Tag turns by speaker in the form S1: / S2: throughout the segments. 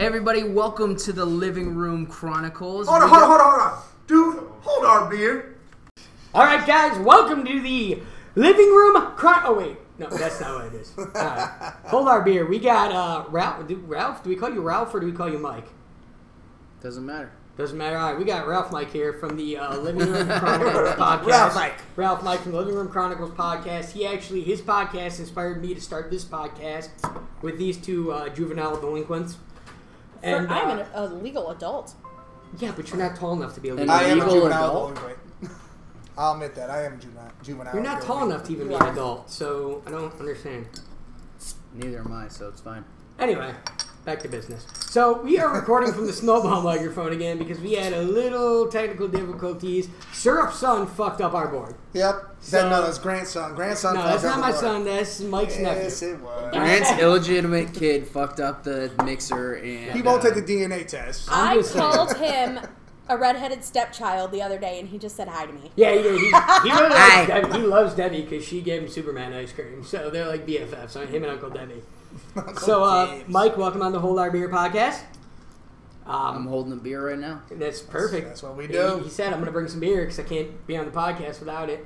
S1: Everybody, welcome to the Living Room Chronicles.
S2: Hold on,
S1: We
S2: hold on, hold on, hold on. Dude, hold our beer.
S3: All right, guys, welcome to the living room. Cry- oh wait, no, that's not what it is. All right. Hold our beer. We got uh, Ralph. Do, Ralph, do we call you Ralph or do we call you Mike?
S1: got- Doesn't matter.
S3: Doesn't matter. All right, we got Ralph Mike here from the uh, Living Room Chronicles podcast.
S2: Ralph Mike.
S3: Ralph Mike from the Living Room Chronicles podcast. He actually, his podcast inspired me to start this podcast with these two uh, juvenile delinquents. And
S4: For- I'm
S3: uh,
S4: an, a legal adult.
S3: yeah, but you're not tall enough to be a
S1: And
S3: legal.
S2: I am a
S1: Legal
S2: juvenile
S1: adult?
S2: delinquent. I'll admit that. I am juvenile. juvenile
S3: You're not tall enough
S2: delinquent.
S3: to even be an
S4: Yeah.
S3: adult, so I don't understand.
S1: Neither am I, so it's fine.
S3: Anyway, back to business. So we are recording from the snowball microphone again because we had a little technical difficulties. Syrup's son fucked up our board.
S2: Yep.
S3: So-
S2: that, no, that's grandson. Grandson.
S3: No,
S2: fucked
S3: that's
S2: up
S3: not
S2: the
S3: my
S2: water.
S3: son. That's Mike's
S2: Yes,
S3: nephew.
S2: it was.
S1: Grant's illegitimate kid fucked up the mixer and.
S2: He won't
S1: uh,
S2: take the DNA test.
S3: I'm
S4: I
S3: just saying.
S4: called him a redheaded stepchild the other day, and he just said hi to me.
S3: Yeah, he, he, he, really
S1: Hi.
S3: loves Debbie. He loves Debbie because she gave him Superman ice cream. So they're like BFFs, on him and Uncle Debbie. so, uh,
S2: James.
S3: Mike, welcome on the Whole Our Beer podcast.
S1: I'm
S3: Um,
S1: holding the beer right now.
S3: that's perfect.
S2: That's what we
S3: He-
S2: do.
S3: He, said, "I'm going to bring some beer because I can't be on the podcast without it."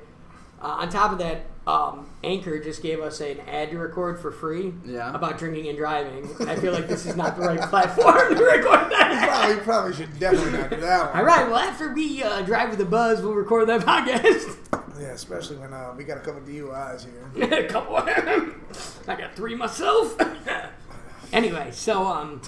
S3: Uh, on top of that, um, Anchor just gave us an ad to record for free
S1: Yeah.
S3: about drinking and driving. I feel like this is not the right platform to record that.
S2: Probably, probably should definitely not do that
S3: All
S2: one.
S3: right. Well, after we uh, drive with the buzz, we'll record that podcast.
S2: Yeah, especially when uh, we got a couple DUIs here.
S3: a couple. I got three myself. anyway, so um,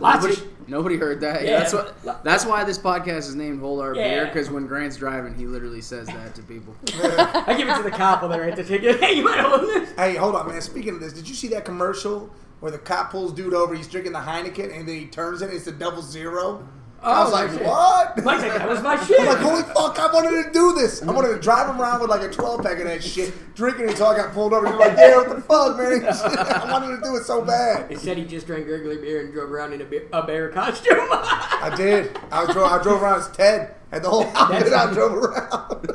S3: lots of
S1: Nobody, nobody heard that.
S3: Yeah.
S1: That's what. That's why this podcast is named "Hold Our Beer"
S3: Yeah.
S1: because when Grant's driving, he literally says that to people.
S3: I give it to the cop when they write the ticket. Hey, you might hold this.
S2: Hey, hold on, man. Speaking of this, did you see that commercial where the cop pulls dude over? He's drinking the Heineken and then he turns it. It's the double zero. I
S3: Oh,
S2: was like,
S3: shit.
S2: what?
S3: Mike's like, that was my shit.
S2: I'm like, holy fuck, I wanted to do this. I wanted to drive him around with like a 12 pack of that shit, drinking until I got pulled over. He's like, yeah, what the fuck, man? I wanted to do it so bad.
S3: Instead, he just drank regular beer and drove around in a bear, a bear costume.
S2: I did. I was drove, I drove around as Ted. Had the whole outfit I drove around.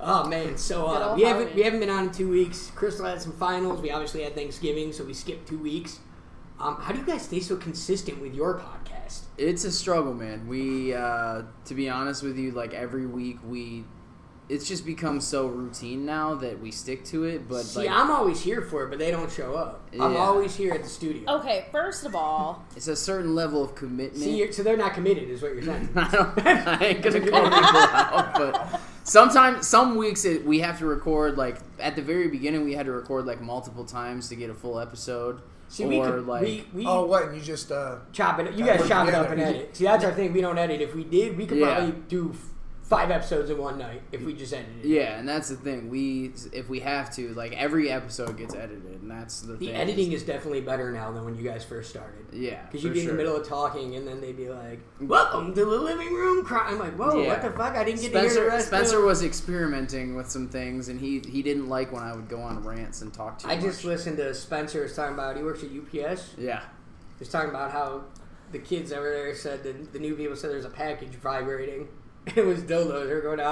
S3: oh man! So
S4: Good
S3: uh,
S4: old
S3: we haven't we
S4: Halloween.
S3: haven't been on in two weeks. Crystal had some finals. We obviously had Thanksgiving, so we skipped two weeks. Um, how do you guys stay so consistent with your podcast?
S1: it's a struggle, man. We, uh, to be honest with you, like every week we, it's just become so routine now that we stick to it. But
S3: See,
S1: like,
S3: I'm always here for it, but they don't show up. I'm
S1: Yeah.
S3: always here at the studio.
S4: Okay, first of all,
S1: it's a certain level of commitment.
S3: See, you're, so they're not committed, is what you're saying.
S1: I, don't, I ain't gonna call people out, but sometimes, some weeks it, we have to record like at the very beginning. We had to record like multiple times to get a full episode.
S3: See,
S1: or
S3: we could,
S1: like
S3: we, we
S2: Oh, what? And you just, uh,
S3: chop it. You guys
S2: We're
S3: chop it up
S2: together.
S3: and edit. See, that's our thing. We don't edit. If we did, we could
S1: Yeah.
S3: probably do f- five episodes in one night if we just edited. it.
S1: yeah, and that's the thing. We if we have to, like every episode gets edited, and that's the,
S3: The
S1: thing.
S3: editing is definitely better now than when you guys first started.
S1: Yeah,
S3: Because you'd
S1: for
S3: be in
S1: sure.
S3: the middle of talking, and then they'd be like, "Welcome to the living room." Cry. I'm like, "Whoa,
S1: Yeah.
S3: what the fuck? I didn't get to hear
S1: Spencer,
S3: the rest."
S1: Spencer
S3: of
S1: was experimenting with some things, and he he didn't like when I would go on rants and talk to.
S3: I just listened to Spencer was talking about he works at UPS. He
S1: yeah,
S3: was talking about how the kids over there said that the new people said there's a package vibrating. It was dildos. They were going to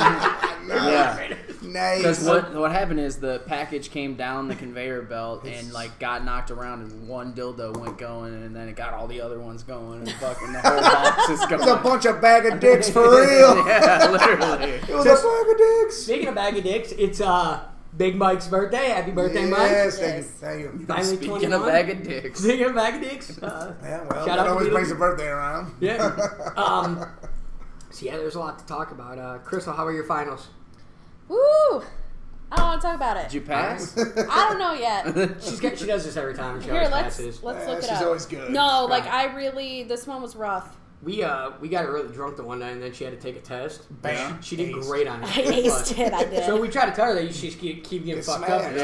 S1: yeah. Because
S2: nice.
S1: what what happened is the package came down the conveyor belt and like got knocked around, and one dildo went going, and then it got all the other ones going, and fucking the whole box is
S2: It was a
S1: going.
S2: bunch of bag of dicks for real.
S1: yeah, literally.
S2: It was a bag of dicks.
S3: Speaking of bag of dicks, it's uh Big Mike's birthday. Happy birthday, Mike!
S2: yes, thank you.
S4: Yes.
S2: Thank you.
S3: Finally
S1: Speaking
S3: 21.
S1: of bag of dicks,
S3: Speaking of bag of dicks, uh,
S2: Yeah, well,
S3: Shout
S2: that
S3: out to
S2: always
S3: Beatles.
S2: brings a birthday around.
S3: Yeah. Um, so yeah, there's a lot to talk about. Uh, Crystal, how are your finals?
S4: woo! I don't want to talk about
S1: did
S4: it.
S1: you pass?
S4: I don't know yet.
S3: She's got, she does this every time. She
S4: Here,
S3: always
S4: let's
S3: passes.
S4: let's
S2: Yeah,
S4: look it
S2: she's
S4: up.
S2: always good.
S4: No, like
S3: Right.
S4: I really this one was rough.
S3: We uh we got her really drunk the one night, and then she had to take a test.
S2: Bam.
S3: She did
S2: Aced.
S3: great on it.
S4: I aced it. I did.
S3: So we try to tell her that you should keep, keep getting
S2: Get
S3: fucked
S2: smashed.
S3: up and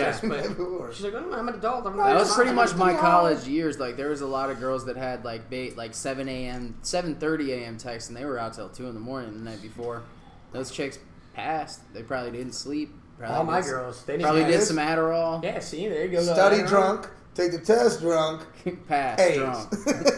S3: stuff,
S2: Yeah.
S3: but she's like, "Oh, I'm an adult. I'm not
S1: That was
S3: fine."
S1: pretty much my college years. Like there was a lot of girls that had like ba- like seven a.m., seven thirty a.m. texts, and they were out till two in the morning the night before. Those chicks passed. They probably didn't sleep. Probably
S3: All my
S1: did-
S3: girls, they didn't
S1: Probably
S3: have-
S1: did some Adderall.
S3: Yeah, see, there you go.
S2: Study
S3: Uh,
S2: drunk, Take the test drunk.
S1: Pass
S2: A's.
S1: drunk.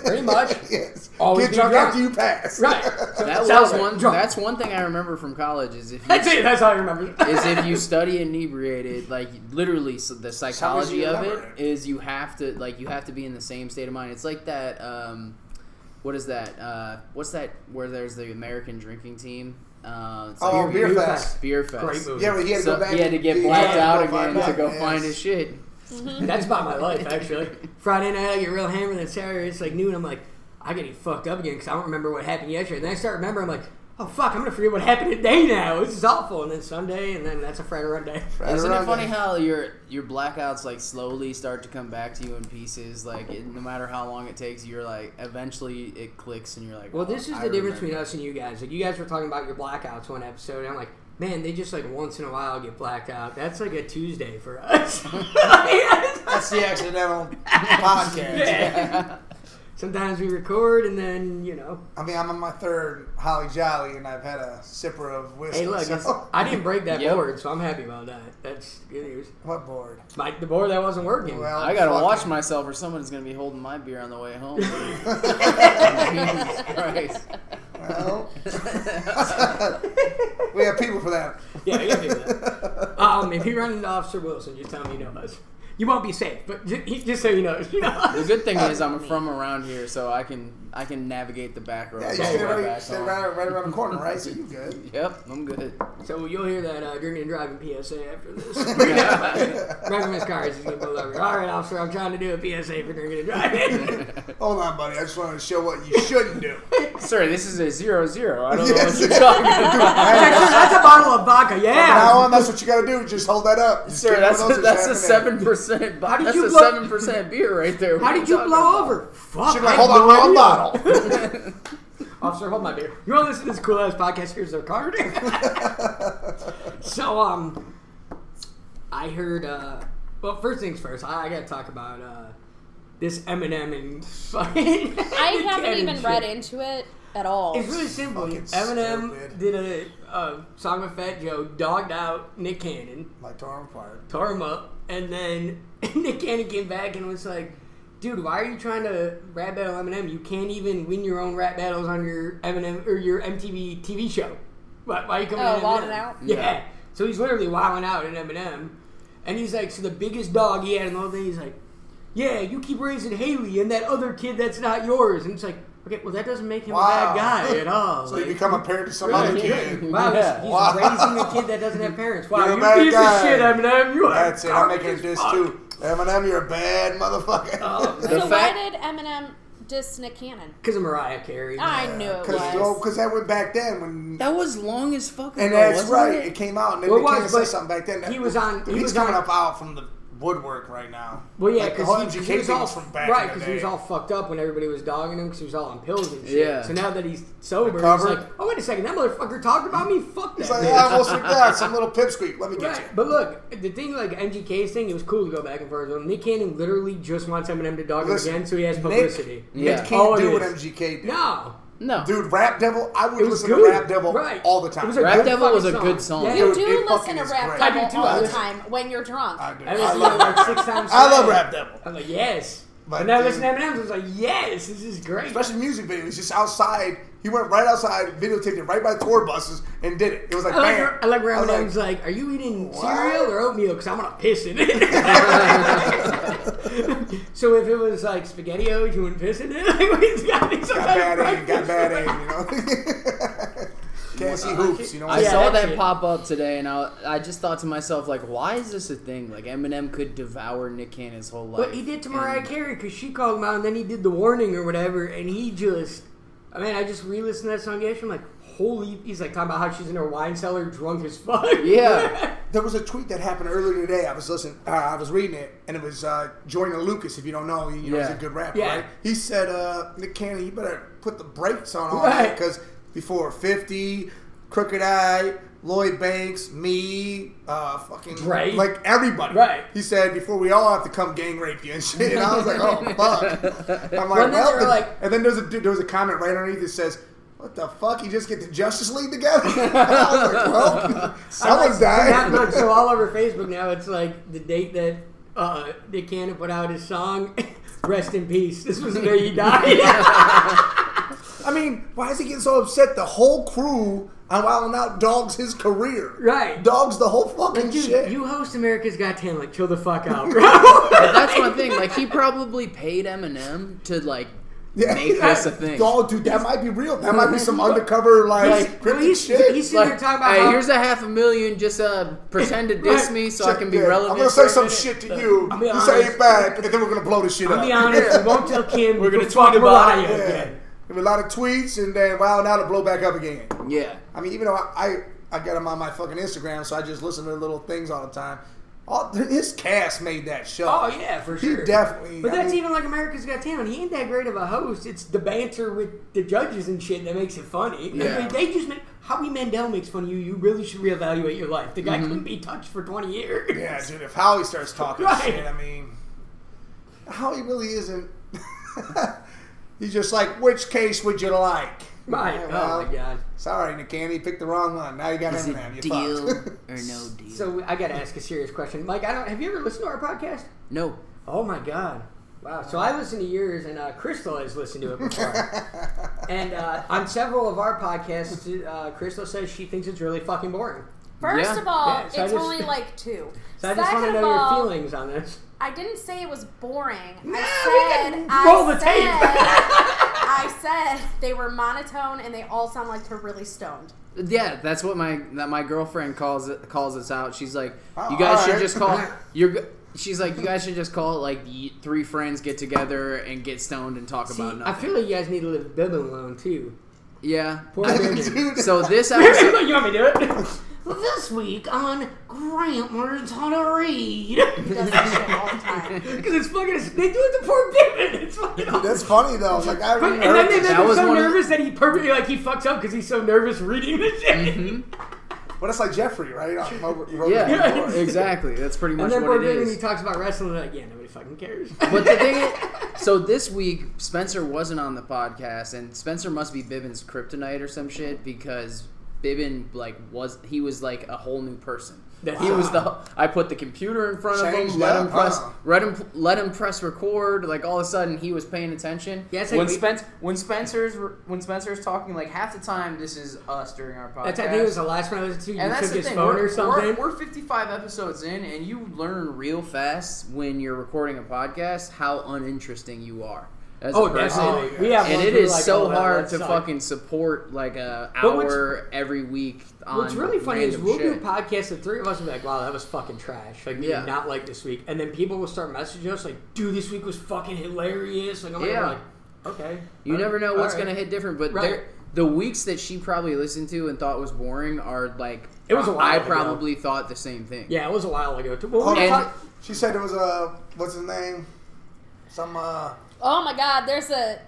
S3: Pretty much.
S2: yes.
S3: Always
S2: Get
S3: be
S2: drunk,
S3: drunk.
S2: after you pass.
S3: Right.
S1: That was
S3: Sounds
S1: one.
S3: drunk.
S1: That's one thing I remember from college is if you,
S3: That's it. That's all I remember.
S1: is if you study inebriated, like literally so the psychology
S2: you
S1: of
S2: remember
S1: it is you have to like you have to be in the same state of mind. It's like that. Um, what is that? Uh, what's that? Where there's the American drinking team. Uh, it's
S2: Oh,
S1: like
S2: beer
S3: Beer
S2: fest.
S1: beer fest.
S3: Great movie.
S2: Yeah, but he had to
S1: So
S2: go back.
S1: he had to get
S2: he
S1: blacked
S2: to
S1: out
S2: go find
S1: again to
S2: back.
S1: go
S2: Yes.
S1: find his shit.
S3: That's about my life, actually. Friday night, I get real hammered. Then Saturday, it's like noon. I'm like, I gotta get fucked up again because I don't remember what happened yesterday. And then I start remembering, I'm like, oh fuck, I'm gonna forget what happened today now. This is awful. And then Sunday, and then that's a Friday run day.
S2: Right
S1: Isn't it
S2: around
S1: funny
S2: there.
S1: how your your blackouts like slowly start to come back to you in pieces? Like it, no matter how long it takes, you're like eventually it clicks and you're like.
S3: Well,
S1: "Oh,
S3: this is
S1: I
S3: the difference
S1: remember."
S3: between us and you guys. Like, you guys were talking about your blackouts one episode, and I'm like, man, they just like once in a while get blacked out. That's like a Tuesday for us.
S2: That's the accidental podcast.
S3: Yeah. Sometimes we record, and then you know.
S2: I mean, I'm on my third Holly Jolly, and I've had a sipper of whiskey.
S3: Hey, look,
S2: so-
S3: it's, I didn't break that
S1: Yep.
S3: board, so I'm happy about that. That's good news.
S2: what board?
S3: My, the board that wasn't working.
S2: Well,
S1: I gotta
S2: fuck
S1: watch
S2: it.
S1: myself, or someone's gonna be holding my beer on the way home. Jesus Christ.
S2: Well, we have people for that.
S3: yeah, you can do that. Um, if you run into Officer Wilson, just tell him you know us. You won't be safe, but ju- he- just so you know, you know us.
S1: The good thing is I'm from around here, so I can I can navigate the back road.
S2: Yeah, you
S3: Yeah,
S2: stay
S3: we're
S2: right, you stay right, right around the corner, right? So you good.
S1: Yep, I'm good.
S3: So you'll hear that uh, drinking and driving PSA after this. right from his car, he's just gonna pull over. All right, officer, I'm trying to do a PSA for drinking and driving.
S2: Hold on, buddy. I just wanted to show what you shouldn't do.
S1: Sir, this is a zero zero. I don't
S2: Yes.
S1: know what you're talking about.
S3: That's a bottle of vodka,
S2: Now uh,
S3: yeah.
S2: on, that's what you got to do. Just hold that up. Just
S1: Sir,
S2: get one of
S1: that's
S2: those
S1: a, that's a
S2: happening.
S1: seven percent.
S3: did
S1: That's
S3: you
S1: a
S3: blow-
S1: seven percent beer right there.
S3: How
S1: What are
S3: did you blow
S1: talking about?
S3: over? Fuck.
S2: Should
S3: I
S2: I
S3: had
S2: hold
S3: no
S2: on wrong
S3: idea.
S2: bottle?
S3: Officer, hold my beer. You want to listen to this cool ass podcast? Here's their card. so, um, I heard. uh Well, first things first, I, I got to talk about uh this Eminem and fucking.
S4: I haven't even read into it at all.
S3: It's really simple.
S2: Fucking
S3: Eminem
S2: stupid.
S3: did a, a song with Fat Joe, dogged out Nick Cannon,
S2: My torn part.
S3: tore him up, and then Nick Cannon came back and was like. Dude, why are you trying to rap battle Eminem? You can't even win your own rap battles on your Eminem or your MTV TV show. Why, why are you coming
S4: Oh,
S3: in
S4: wilding
S3: Eminem?
S4: out?
S3: Yeah. So he's literally wilding out in Eminem, and he's like, so the biggest dog he had in the whole thing. He's like, yeah, you keep raising Haley and that other kid that's not yours, and it's like, okay, well that doesn't make him
S2: Wow.
S3: a bad guy at all.
S2: So you
S3: Like,
S2: become a parent to some
S3: Right.
S2: other kid.
S3: Wow, he's-
S1: Yeah.
S3: he's,
S2: Wow.
S3: raising a kid that doesn't have parents. Wow,
S2: You're a
S3: you
S2: bad
S3: piece
S2: guy.
S3: of shit, Eminem. You are
S2: That's it. I'm
S3: garbage
S2: making
S3: as
S2: this
S3: fuck. Oh,
S2: too. Eminem, you're a bad motherfucker.
S1: The
S4: so
S1: fact-
S4: why did Eminem diss Nick Cannon?
S3: Because of Mariah Carey.
S4: I knew it
S2: Because
S4: was.
S2: that went back then when.
S1: That was long as fuck ago.
S2: And that's
S1: wasn't
S2: right.
S1: it?
S2: It? came out and then
S3: Well, it
S2: they came
S3: was,
S2: and said
S3: but
S2: something back then.
S3: he was on-
S2: Dude,
S3: he
S2: he's
S3: was
S2: coming
S3: on-
S2: up out from the woodwork right now.
S3: Well, yeah,
S2: Like, the
S3: because
S2: whole
S3: he, 'cause
S2: MGK
S3: he was
S2: thing
S3: all
S2: was from back
S3: right
S2: in the
S3: because he was
S2: day.
S3: all fucked up when everybody was dogging him because he was all on pills and shit.
S1: Yeah.
S3: So now that he's sober, he's
S2: Recovered.
S3: like, oh wait a second, that motherfucker talked about me. Fuck that.
S2: He's like, "Ah,
S3: man."
S2: "Yeah, I almost forgot some little pipsqueak. Let me get
S3: Right, but look, the thing like MGK's thing, it was cool to go back and forth. with him. Nick Cannon literally just wants Eminem to dog him
S2: Listen,
S3: again, so he has
S2: Nick-
S3: publicity.
S2: you.
S1: Yeah.
S2: It can't
S3: Oh, it
S2: do what
S3: is.
S2: MGK did.
S3: No,
S1: No.
S2: Dude, Rap Devil, I would
S3: It was
S2: listen
S3: good.
S2: to Rap Devil
S3: Right.
S2: all the time.
S3: It was a
S1: Rap
S3: good
S1: Devil
S3: fucking
S1: was a good song.
S3: Yeah.
S4: You
S2: Dude,
S4: do
S2: it
S4: listen
S2: fucking
S4: to
S2: is
S4: rap
S2: great.
S3: I do
S4: devil
S3: too, I
S4: all the
S3: listen-
S4: time when you're drunk.
S2: I, do.
S3: I
S2: I
S3: listened
S2: love
S3: to it like
S2: Rap
S3: six times.
S2: I love
S3: straight.
S2: Rap Devil.
S3: I'm like, yes.
S2: But
S3: and then I
S2: dude-
S3: listened to Eminem, I was like, yes, this is great.
S2: Especially music videos, just outside. He went right outside, videotaped it right by tour buses, and did it. It was like,
S3: I like,
S2: bam.
S3: I like where
S2: I was
S3: Eminem's like, are you eating
S2: What?
S3: cereal or oatmeal? Because I'm going to piss in it. so if it was like SpaghettiOs, you wouldn't piss in it? Like, he's got, he's
S2: got bad aim, got bad aim, you know. Can't see hoops, you know.
S1: I
S2: what I'm
S3: Yeah,
S1: saw
S3: that
S1: that
S3: shit.
S1: pop up today, and I, I just thought to myself, like, why is this a thing? Like, Eminem could devour Nick Cannon's whole life.
S3: But he did to Mariah Carey because she called him out and then he did the warning or whatever and he just, I mean, I just re-listened to that song yesterday. I'm like, holy, he's like talking about how she's in her wine cellar drunk as fuck.
S1: Yeah.
S2: There was a tweet that happened earlier today. I was listening, uh, I was reading it, and it was uh, Jordan Lucas. If you don't know, you know he's
S1: Yeah.
S2: a good rapper,
S3: Yeah.
S2: right? He said, uh, "Nick Cannon, you better put the brakes on all
S3: Right.
S2: that because before fifty, Crooked Eye, Lloyd Banks, me, uh, fucking
S3: Drake.
S2: like everybody,
S3: Right.
S2: He said before we all have to come gang rape you and shit. And I was like, oh fuck. I'm
S3: Well, then
S2: like, well,
S3: they were
S2: the-
S3: like-
S2: and then there's a dude- there was a comment right underneath that says. What the fuck? You just get the Justice League together? I was like, well,
S3: I like-
S2: someone's
S3: so now-
S2: dying.
S3: look, so all over Facebook now, it's like the date that uh, Nick Cannon put out his song, Rest in Peace. This was the day he died.
S2: I mean, why is he getting so upset? The whole crew on Wild 'N Out dogs his career.
S3: Right.
S2: Dogs the whole fucking
S3: Dude,
S2: shit.
S3: you host America's Got Talent. Chill the fuck out, bro.
S1: But that's one thing. Like he probably paid Eminem to like
S2: yeah.
S1: make this a thing.
S2: Oh, dude, that might be real. That might be some undercover, like,
S3: Bro,
S2: cryptic
S3: he's,
S2: shit.
S3: he's sitting
S1: Like,
S3: there talking about
S1: hey,
S3: how,
S1: here's a half a million. Just uh, pretend to diss
S3: Right.
S1: me so I
S2: Shit,
S1: can be
S2: yeah.
S1: relevant.
S2: I'm gonna
S1: for
S2: say
S1: a
S2: some
S1: minute.
S2: shit to you.
S3: I'll be
S2: You say
S3: honest.
S2: it back, and then we're gonna blow this shit up.
S3: I'll be honest, we won't tell Kim.
S1: We're gonna
S3: go fuck
S1: tweet about it,
S3: Mariah
S2: Yeah.
S3: again.
S2: There were a lot of tweets, and then Wild 'N Out will blow back up again.
S1: Yeah.
S2: I mean, even though I, I, I get him on my fucking Instagram, so I just listen to little things all the time. All, his cast made that show.
S3: Oh yeah, for
S2: He
S3: sure.
S2: definitely-
S3: But
S2: I
S3: that's
S2: mean-
S3: even like America's Got Talent. He ain't that great of a host. It's the banter with the judges and shit that makes it funny.
S1: Yeah.
S3: Like, they just make Howie Mandel makes fun of you. You really should reevaluate your life. The guy couldn't be touched for twenty years.
S2: Mm-hmm. Yeah, dude, if Howie starts talking
S3: Right.
S2: shit, I mean, Howie really isn't. He's just like, which case would you like?
S3: Right.
S2: Yeah,
S3: Oh
S2: well,
S3: my god.
S2: Sorry, Nicanor, you picked the wrong one. Now you got
S1: Is
S2: Eminem. You
S1: it deal
S2: fucked.
S1: or no deal?
S3: So I gotta ask a serious question, Mike. I don't. Have you ever listened to our podcast?
S1: no.
S3: Oh my god. Wow. So I listened to yours, and uh, Crystal has listened to it before. and uh, on several of our podcasts, uh, Crystal says she thinks it's really fucking boring.
S4: First
S1: Yeah.
S4: of all,
S3: Yeah, so I
S4: it's
S3: just-
S4: only like two.
S3: So I just want to
S4: Second of
S3: know your
S4: all,
S3: feelings on this.
S4: I didn't say it was boring.
S3: Nah,
S4: I
S3: we
S4: said,
S3: can roll
S4: I
S3: the
S4: said,
S3: tape.
S4: I said they were monotone and they all sound like they're really stoned.
S1: Yeah, that's what my that my girlfriend calls it calls us out. She's like,
S2: Oh,
S1: you guys should
S2: alright.
S1: just call you're. g- She's like, you guys should just call it like y- three friends get together and get stoned and talk
S3: See,
S1: about
S3: I
S1: nothing.
S3: feel like you guys need to live Bibbin alone too.
S1: yeah.
S3: Poor Bibbin.
S2: Dude,
S1: So this
S3: you
S1: episode,
S3: want me to do it? This week on Grant learns how to read
S4: He does that shit all the time.
S3: because it's fucking. They do it to poor Bibbin. It's fucking. awful.
S2: that's funny though. Like I haven't
S3: But, and
S2: heard
S3: then they
S2: this.
S1: that
S3: make him
S1: was
S3: so
S1: one of the-
S3: nervous that he perfectly like he fucks up because he's so nervous reading the shit.
S2: But that's like Jeffrey, right? On Robert- Robert-
S1: yeah,
S3: Yeah.
S1: exactly. That's pretty much
S3: And then
S1: what
S3: poor
S1: it
S3: Bibbin,
S1: is.
S3: he talks about wrestling. Like, yeah, nobody fucking cares.
S1: But the thing is, so this week Spencer wasn't on the podcast, and Spencer must be Bibbin's kryptonite or some shit because Bibbin like was he was like a whole new person.
S3: That's
S1: he was
S3: it.
S1: the I put the computer in front of
S2: Changed
S1: him, let
S2: up,
S1: him press,
S2: huh?
S1: let him let him press record. Like all of a sudden he was paying attention.
S3: Yeah, it's like
S5: When
S3: we-
S5: Spence, when Spencer's when Spencer's talking, like half the time this is us during our podcast.
S3: That's I think it was the last one I listened to. You
S5: and that's
S3: took
S5: the
S3: his
S5: thing.
S3: phone
S5: we're,
S3: or something.
S5: We're, we're 55 episodes in, and you learn real fast when you're recording a podcast how uninteresting you are. As a
S3: oh,
S1: person.
S3: definitely.
S2: yeah.
S3: We have
S1: And
S3: ones
S1: it
S3: where
S1: is
S3: like,
S1: so
S3: oh, that
S1: hard
S3: one
S1: to
S3: sucked.
S1: fucking support like a
S3: But what's-
S1: hour every week. On
S3: What's really funny is
S1: random
S3: we'll
S1: shit.
S3: do podcasts and three of us will be like, "Wow, that was fucking trash." Like, we
S1: Yeah.
S3: did not like this week, and then people will start messaging us like, "Dude, this week was fucking hilarious." Like, I'm
S1: Yeah.
S3: like, okay.
S1: You
S3: all
S1: never know
S3: all
S1: what's
S3: right.
S1: gonna hit different, but
S3: Right.
S1: there the weeks that she probably listened to and thought was boring are like
S3: It was a while
S1: I
S3: ago.
S1: probably thought the same thing.
S3: Yeah, it was a while ago. Too. Well,
S2: Oh,
S3: we
S1: And-
S3: talked-
S2: She said it was uh, what's his name? Some uh,
S4: Oh my God, there's a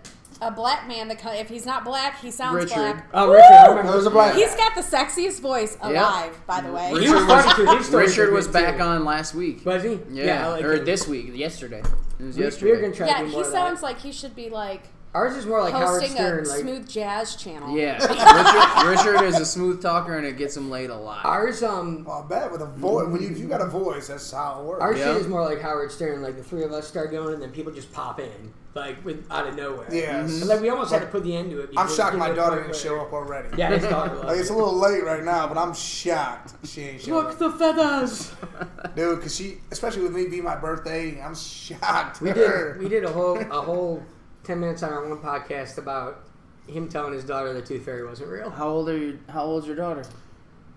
S4: a black man that co- if he's not black, he sounds
S1: Richard.
S4: black.
S3: oh, Richard, I remember.
S2: there was a black.
S4: He's got the sexiest voice alive, by the way.
S3: He was funny too. His stories
S1: Richard
S3: were
S1: was
S3: good,
S1: back
S3: too.
S1: on last week.
S3: Was he?
S1: yeah,
S3: I like
S1: or
S3: him.
S1: this week, yesterday. It was
S3: We,
S1: yesterday.
S3: We're gonna try to
S4: yeah,
S3: do more
S4: he
S3: of
S4: sounds
S3: that.
S4: like he should be like
S3: Ours is more like Howard
S4: hosting
S3: Stern.
S4: a
S3: Like,
S4: smooth jazz channel.
S1: yeah, Richard, Richard is a smooth talker and it gets him laid a lot.
S3: ours, um,
S2: Well, I bet with a voice. When you, if you got a voice, that's how it works.
S3: Our
S1: Yeah.
S3: shit is more like Howard Stern. Like the three of us start going, and then people just pop in, like with out of nowhere.
S2: Yes.
S1: Mm-hmm.
S3: And, like we almost had to put the end to
S2: I'm
S3: it. because
S2: shocked
S3: it
S2: my
S3: was
S2: daughter
S3: like-
S2: didn't show up already.
S3: Yeah, his daughter. loved
S2: Like it's
S3: it.
S2: a little late right now, but I'm shocked she ain't showing
S3: Look the feathers.
S2: up. Dude, because she, especially with me being my birthday, I'm shocked.
S3: We did. We did a whole a whole ten minutes on our one podcast about him telling his daughter the tooth fairy wasn't real.
S1: How old are you? How old's your daughter?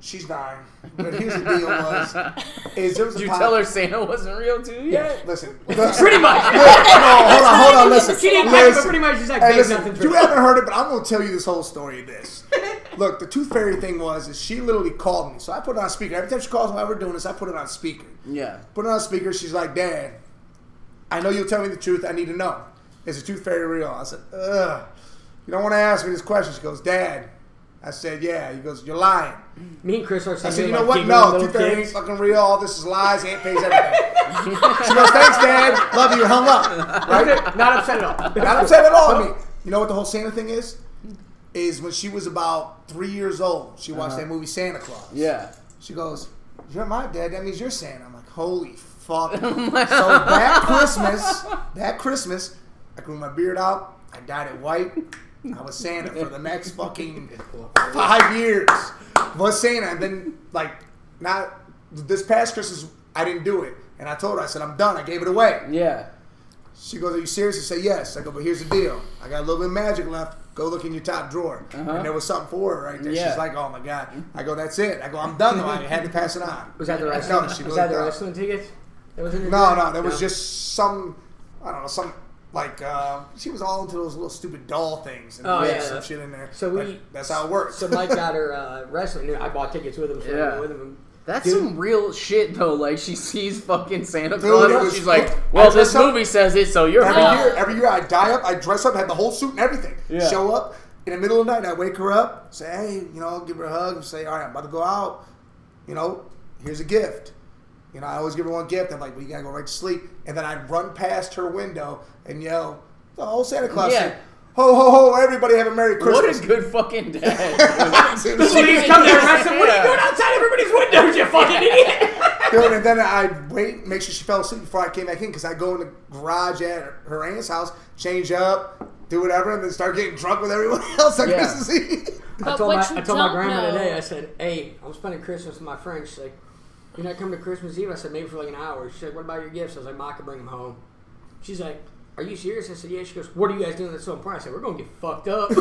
S2: She's dying. But here's the deal was, is there was
S1: Did
S2: a
S1: you
S2: pod-
S1: tell her Santa wasn't real too? Yeah.
S2: Listen.
S3: Pretty much.
S2: No, hold on, hold on, listen.
S3: She didn't catch it, but
S2: listen.
S3: pretty much she's like,
S2: Hey,
S3: "Babe,
S2: listen,
S3: nothing's
S2: you
S3: real."
S2: haven't heard it, but I'm gonna tell you this whole story of this. Look, the tooth fairy thing was is she literally called me, so I put it on speaker. Every time she calls me while we're doing this, I put it on speaker.
S1: Yeah.
S2: Put it on speaker. She's like, Dad, I know you'll tell me the truth. I need to know. Is the tooth fairy real? I said, Ugh. You don't want to ask me this question. She goes, Dad. I said, Yeah. He goes, You're lying.
S3: Me and Chris are.
S2: I
S3: sitting
S2: said, You
S3: there,
S2: know
S3: like,
S2: what?
S3: giggling
S2: No,
S3: little
S2: tooth fairy ain't
S3: kids.
S2: fucking real. All this is lies. Aunt pays everything. she goes, Thanks, Dad. Love you. Hung up. Right?
S3: Not upset at all.
S2: Not upset at all at me. You know what the whole Santa thing is? Is when she was about three years old, she watched that movie Santa Claus.
S1: Yeah.
S2: She goes, You're my dad, that means you're Santa. I'm like, Holy fuck. so that Christmas, that Christmas, I grew my beard out. I dyed it white. I was Santa for the next fucking five years. Was Santa, and then like not this past Christmas, I didn't do it. And I told her, I said, I'm done. I gave it away.
S1: Yeah.
S2: She goes, Are you serious? I say, Yes. I go, But here's the deal. I got a little bit of magic left. Go look in your top drawer.
S3: Uh-huh.
S2: And there was something for her right there.
S1: Yeah.
S2: She's like, Oh my God. I go, That's it. I go, I'm done though. I had to pass it on.
S3: Was that the
S2: No,
S3: wrestling?
S2: she
S3: was that the
S2: looked up.
S3: wrestling tickets? That was in your
S2: No,
S3: drawer?
S2: no. There was just some, I don't know, some, like, uh, she was all into those little stupid doll things. And
S3: Oh,
S2: we had
S3: yeah.
S2: some shit in there.
S3: So
S2: Like,
S3: we-
S2: that's how it works.
S3: So Mike got her uh, wrestling. I bought tickets with him. So
S1: Yeah.
S3: yeah. With him.
S1: That's
S3: Dude.
S1: some real shit though. Like she sees fucking Santa
S2: Dude,
S1: Claus
S2: it
S1: and
S2: was-
S1: she's like,
S2: I
S1: "Well,
S2: dress
S1: this
S2: up-
S1: movie says it, so you're
S2: Every
S1: wrong."
S2: year, every year I dye up, I dress up, had the whole suit and everything.
S1: Yeah.
S2: Show up in the middle of the night, I wake her up, say, hey, you know, give her a hug, and say, all right, I'm about to go out. You know, here's a gift. You know, I always give her one gift. I'm like, well, you gotta go right to sleep. And then I'd run past her window and yell, the whole Santa Claus
S1: Yeah.
S2: thing. Ho, ho, ho, everybody have a Merry
S1: What
S2: Christmas.
S1: a good fucking dad.
S3: Please come there, wrestling. What are you doing outside everybody's windows? You fucking idiot!
S2: Dude, and then I'd wait, make sure she fell asleep before I came back in because I'd go in the garage at her, her aunt's house, change up, do whatever, and then start getting drunk with everyone else on
S1: Yeah.
S2: Christmas Eve.
S3: I
S4: But
S3: told, my,
S4: what you
S3: I told my
S4: don't
S3: grandma
S4: know-
S3: today, I said, hey, I'm spending Christmas with my friends. She's like, you're not coming to Christmas Eve? I said, maybe for like an hour. She's like, what about your gifts? I was like, Ma, I could bring them home. She's like, are you serious? I said, yeah. She goes, what are you guys doing that's so important? I said, we're going to get fucked up. but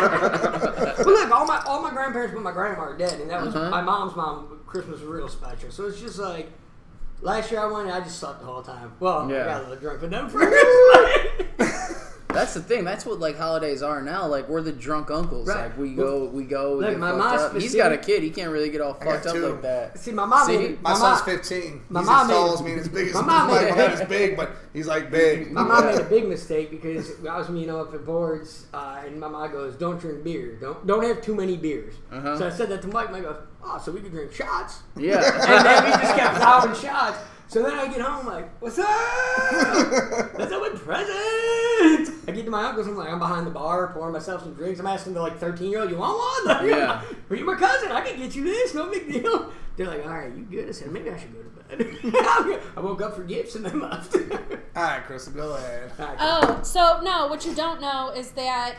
S3: look, all my, all my grandparents but my grandma are dead, and that was my mom's mom. Christmas was real special. So it's just like, last year I went and I just slept the whole time. Well,
S1: Yeah.
S3: I got a little drunk with them friends.
S1: That's the thing. That's what like holidays are now. Like we're the drunk uncles.
S3: Right.
S1: Like we go, we go. we
S3: Look,
S1: get
S3: my
S1: fucked
S3: mom's
S1: up. He's
S3: specific-
S1: got a kid. He can't really get all
S2: got
S1: fucked up
S2: two.
S1: like that.
S3: See, my mom,
S1: See?
S3: made-
S2: My,
S3: my
S2: son's
S3: mom-
S2: 15.
S3: my
S2: he's
S3: mom
S2: as tall
S3: made-
S2: as me and as big as
S3: my mom
S2: my
S3: made-
S2: head is big, but he's like big.
S3: My mom made a big mistake because I was meeting up at boards, uh, and my mom goes, "Don't drink beer. Don't don't have too many beers." So I said that to Mike. Mike goes, "Oh, so we could drink shots?"
S1: Yeah.
S3: And then we just kept popping shots. So then I get home, like, "What's up? Let's open presents." I get to my uncle's. I'm like, I'm behind the bar, pouring myself some drinks. I'm asking the like 13 year old, "You want one?" Like,
S1: Yeah.
S3: Are you my cousin? I can get you this. No big deal. They're like, "All right, you good?" I said, "Maybe I should go to bed." I woke up for gifts and then left.
S2: All right, Chris, go ahead.
S4: Oh, so no, what you don't know is that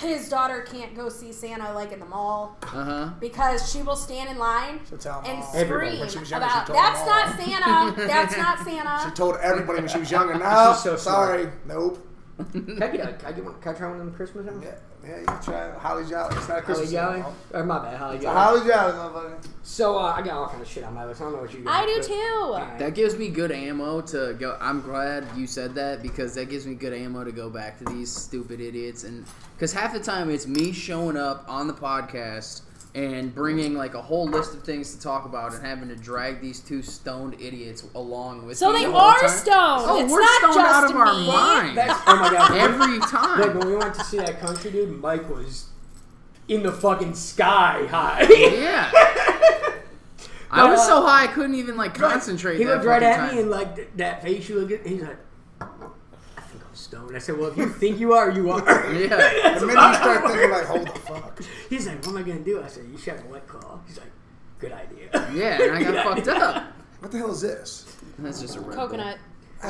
S4: his daughter can't go see Santa like in the mall
S1: Uh huh.
S4: because she will stand in line
S2: She'll tell them
S4: and
S2: all.
S4: scream
S2: When she was younger,
S4: about
S2: she told them
S4: that's
S2: all.
S4: not Santa, that's not
S2: She
S4: Santa.
S2: told everybody when she was younger. No,
S3: She's so smart.
S2: sorry. Nope.
S3: Can I get a, can I get one, can I try one of them Christmas ones?
S2: Yeah, yeah, you try Holly Jolly. It's not a
S3: Holly
S2: Christmas
S3: Jolly?
S2: song.
S3: Or my bad, Holly
S2: It's a
S3: Jolly.
S2: Holly Jolly, motherfucker.
S3: so uh, I got all kind of shit on my list. I don't know what you got.
S4: I do
S3: but-
S4: too.
S3: Alright.
S1: That gives me good ammo to go. I'm glad you said that because that gives me good ammo to go back to these stupid idiots. And because half the time it's me showing up on the podcast and bringing like a whole list of things to talk about and having to drag these two stoned idiots along with
S4: So
S1: me
S4: they
S1: the whole
S4: are
S1: time.
S4: stoned.
S1: Oh,
S4: it's
S1: we're
S4: not
S1: stoned
S4: just
S1: out of our
S4: me.
S1: mind
S3: That's, oh my god.
S1: every
S3: Look,
S1: time.
S3: when we went to see that country dude, Mike was in the fucking sky high.
S1: Yeah. I was so high I couldn't even like concentrate.
S3: He
S1: that
S3: looked right
S1: fucking
S3: at
S1: time.
S3: me and like th- that face you look at. He's like, I think I'm stoned. I said, Well, if you think you are, you are.
S1: Yeah.
S2: The minute you start thinking, like, hold the fuck.
S3: He's like, What am I gonna do? I said, You should have a white claw. He's like, Good idea.
S1: Yeah, and I got fucked up.
S2: What the hell is this?
S1: That's just a Red Bull.
S4: Coconut.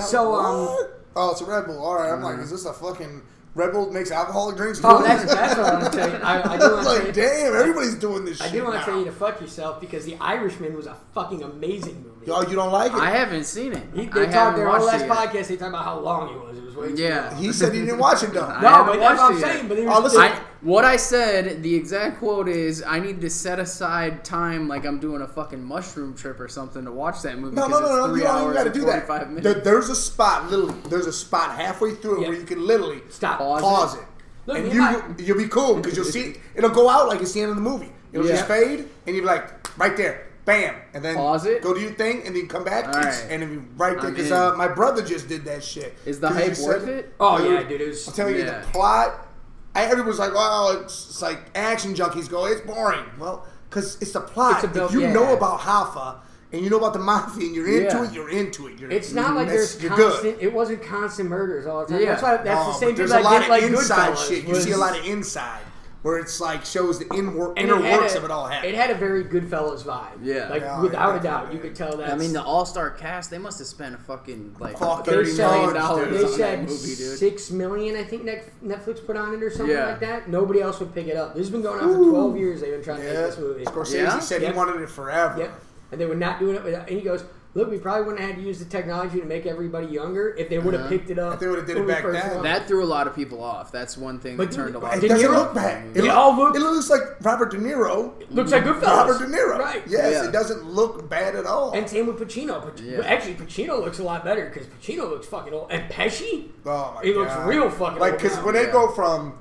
S3: So, um,
S2: What? oh, it's a Red Bull. All right, I'm like, is this a fucking Red Bull makes alcoholic drinks?
S3: Oh, that's, that's what I want to tell you. I, I do want
S2: like,
S3: to tell you.
S2: damn, everybody's doing this
S3: I
S2: shit.
S3: do want to
S2: now.
S3: tell you to fuck yourself because The Irishman was a fucking amazing movie.
S2: Oh, you don't like it?
S1: I haven't seen it.
S3: He-
S1: I
S3: they talked
S1: haven't
S3: their whole
S1: watched
S3: last
S1: it yet.
S3: podcast. They talked about how long it was. It was way too
S1: Yeah.
S3: long.
S2: he said he didn't watch it, though.
S1: I
S3: No,
S1: haven't
S3: but that's
S1: watched
S3: what I'm
S1: it yet.
S3: saying. But they
S2: Oh,
S3: were
S2: listen,
S3: still,
S1: I, what I said, the exact quote is, I need to set aside time like I'm doing a fucking mushroom trip or something to watch that movie.
S2: No, no,
S1: because it's
S2: no, no.
S1: three
S2: You don't even
S1: hours
S2: got to
S1: and
S2: do that.
S1: 45 minutes.
S2: There- there's a spot, literally. There's a spot halfway through
S3: Yeah.
S2: where you can literally
S3: Stop. Oh,
S1: Pause it.
S2: pause it.
S3: Look,
S2: and
S3: me
S2: you,
S3: and
S2: you'll be cool because you'll see it. It'll go out like it's the end of the movie. It'll
S1: Yeah.
S2: just fade, and you'll be like, right there, bam. And then
S1: Pause it.
S2: go do your thing, and then come back.
S1: All right.
S2: And then you right there.
S1: I'm
S2: Because
S1: in.
S2: uh, my brother just did that shit.
S1: Is the
S2: 'Cause he
S1: hype
S2: said-
S1: worth it?
S3: oh yeah, dude. It was.
S2: I'm telling you,
S1: Yeah.
S2: the plot. I, everyone's like, "Oh, it's, it's like action junkies go. It's boring." Well, because it's the plot.
S3: It's a built-
S2: if you
S3: yeah.
S2: know about Hoffa and you know about the mafia, and you're into
S1: Yeah.
S2: it. You're into it. You're,
S3: It's not like
S2: that's-
S3: there's
S2: you're good.
S3: constant. It wasn't constant murders all the time.
S1: Yeah.
S3: That's why. That's
S2: No,
S3: the
S2: but
S3: same
S2: There's
S3: thing.
S2: a lot
S3: like
S2: of inside
S3: Goodfellas
S2: shit. You
S3: was-
S2: see a lot of inside. where it's like shows the inwor-
S3: And
S2: inner
S3: had
S2: works
S3: a-
S2: of it all happening.
S3: It had a very Goodfellas vibe.
S1: Yeah.
S3: Like,
S2: Yeah,
S3: without
S2: yeah,
S3: a doubt,
S2: definitely.
S3: you could tell that.
S1: I mean, the All Star cast, they must have spent a fucking like
S2: Fuck,
S1: thirty
S3: they
S1: million
S3: said-
S1: dollars
S3: They
S1: on that
S3: said
S1: movie, dude.
S3: six million, I think Net- Netflix put on it or something
S1: Yeah.
S3: like that. Nobody else would pick it up. This has been going on for
S2: Ooh.
S3: twelve years. They've been trying to make
S2: yeah.
S3: this movie.
S2: Scorsese
S1: Yeah?
S2: said
S3: Yep.
S2: he wanted it forever.
S3: Yep. And they were not doing it without. And he goes, "Look, we probably wouldn't have had to use the technology to make everybody younger if they would have
S1: Uh-huh.
S3: picked it up.
S2: If they would've did it
S3: when we
S2: back
S3: first
S2: then.
S3: launched."
S1: That threw a lot of people off. That's one thing
S3: But
S1: that
S3: dude,
S1: turned a
S2: But
S1: lot.
S2: It
S3: De
S1: of
S2: doesn't
S3: Niro-
S2: look bad. It,
S3: They
S2: look-
S3: all look-
S2: it looks like Robert De Niro.
S3: looks like Goodfellas.
S2: Robert De Niro.
S3: Right.
S2: Yes,
S1: Yeah.
S2: it doesn't look bad at all.
S3: And same with Pacino. Pac-
S1: Yeah.
S3: Actually, Pacino looks a lot better because Pacino looks fucking old. And Pesci,
S2: oh my
S3: he looks
S2: God.
S3: real fucking
S2: like
S3: old
S2: because
S3: now,
S2: when they
S1: yeah.
S2: go from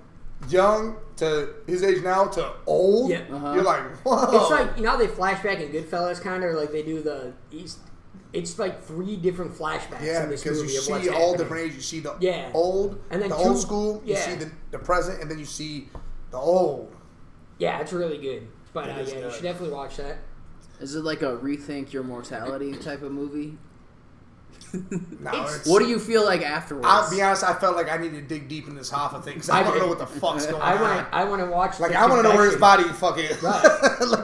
S2: young to his age now to old,
S3: Yeah.
S1: Uh-huh.
S2: you're like, whoa.
S3: it's like you know how they flashback in Goodfellas, kind of like they do the East. It's like three different flashbacks
S2: yeah,
S3: in this
S2: because you
S3: movie of what's
S2: see all
S3: happening.
S2: different ages. You see the
S3: Yeah.
S2: old,
S3: And then
S2: the
S3: two-
S2: old school. You
S3: yeah.
S2: see the, the present, and then you see the old.
S3: Yeah, it's really good. But uh,
S2: It is
S3: yeah, you
S2: good.
S3: should definitely watch that.
S1: Is it like a rethink your mortality type of movie?
S2: No,
S3: It's-
S2: it's-
S1: What do you feel like afterwards?
S2: I'll be honest. I felt like I need to dig deep in this Hoffa thing because I,
S3: I
S2: want to
S3: did.
S2: know what the fuck's going
S3: I
S2: on.
S3: want I want to watch.
S2: Ah. like
S3: The
S2: I want to know where his
S3: Confession.
S2: body fucking. Is. like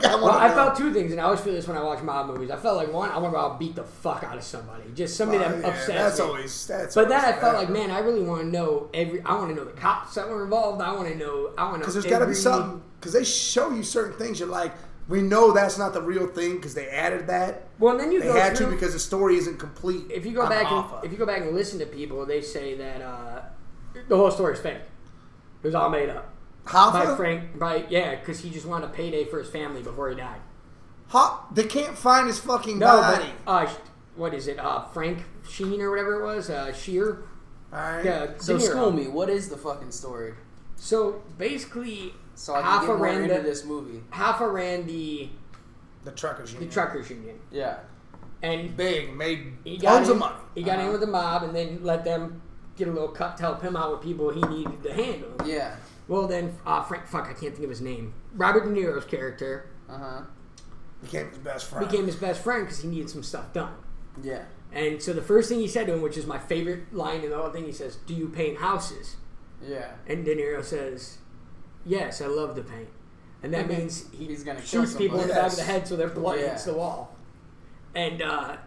S2: I want
S3: Well,
S2: to.
S3: I felt two things, and I always feel this when I watch mob movies. I felt like one, I want to go out and beat the fuck out of somebody, just somebody that upsets
S2: Oh, That's
S3: me.
S2: always that's.
S3: But then
S2: always
S3: I felt
S2: bad.
S3: like, man, I really want to know every. I want to know the cops that were involved. I want to know. I want to.
S2: because there's got to be something because they show you certain things. You're like, we know that's not the real thing because they added that.
S3: Well, and then you
S2: They
S3: go
S2: had to
S3: through-
S2: because the story isn't complete.
S3: If you go
S2: on
S3: back,
S2: Hoffa.
S3: and, if you go back and listen to people, they say that uh, the whole story's fake. It was all made up by
S2: Hoffa,
S3: Frank. By yeah, because he just wanted a payday for his family before he died.
S2: Ho- they can't find his fucking
S3: No,
S2: body.
S3: but uh, sh- what is it? Uh, Frank Sheen or whatever it was. Uh, Sheer.
S2: All right,
S3: Yeah.
S1: so
S3: De Niro.
S1: school me. What is the fucking story?
S3: So basically,
S1: So I can get
S3: Hoffa
S1: more
S3: ran
S1: into
S3: the
S1: this movie.
S3: Hoffa ran the
S2: the truckers.
S3: the
S2: union.
S3: truckers union,
S1: Yeah.
S3: and
S2: big made
S3: He got
S2: tons
S3: in,
S2: of money.
S3: He got
S1: Uh-huh.
S3: in with the mob and then let them get a little cut to help him out with people he needed to handle.
S1: Yeah.
S3: Well, then, uh, Frank, fuck, I can't think of his name. Robert De Niro's character
S1: Uh huh.
S2: Became his best friend.
S3: became his best friend because he needed some stuff done.
S1: Yeah.
S3: And so the first thing he said to him, which is my favorite line in the whole thing, he says, Do you paint houses?
S1: Yeah.
S3: And De Niro says, Yes, I love to paint. And that means he
S1: He's gonna kill
S3: shoots people in the
S2: somebody.
S3: back of the
S2: Yes.
S3: head so their blood
S1: Yeah.
S3: hits the wall. And uh,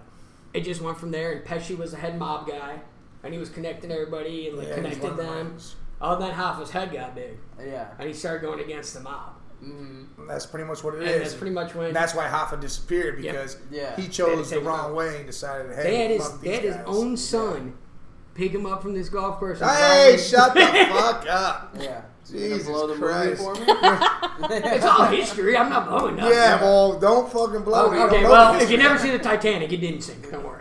S3: it just went from there. And Pesci was the head mob guy, and he was connecting everybody and like
S2: Yeah, he was one
S3: connected
S2: of the
S3: them.
S2: ones.
S3: All then Hoffa's head got big,
S1: Yeah.
S3: and he started going against the mob.
S2: That's pretty much what it is.
S3: And that's pretty much when
S2: And that's why Hoffa disappeared
S3: Yep.
S2: because
S1: Yeah.
S2: he
S3: They had to
S2: chose the
S3: take him
S2: wrong
S3: out.
S2: way and decided, hey,
S3: they had his
S2: fuck
S3: they
S2: these
S3: had his
S2: guys.
S3: own son pick him up from this golf course. and drive
S2: Hey,
S3: him-
S2: shut the fuck up.
S1: Yeah. So
S2: Jesus
S1: you're gonna blow
S2: Christ.
S1: the movie for me?
S3: It's all history. I'm not blowing up.
S2: Yeah, well, don't fucking blow
S3: Okay,
S2: me. Don't
S3: Oh, okay,
S2: blow
S3: well,
S2: me.
S3: if you never see the Titanic, it didn't sink. Don't worry.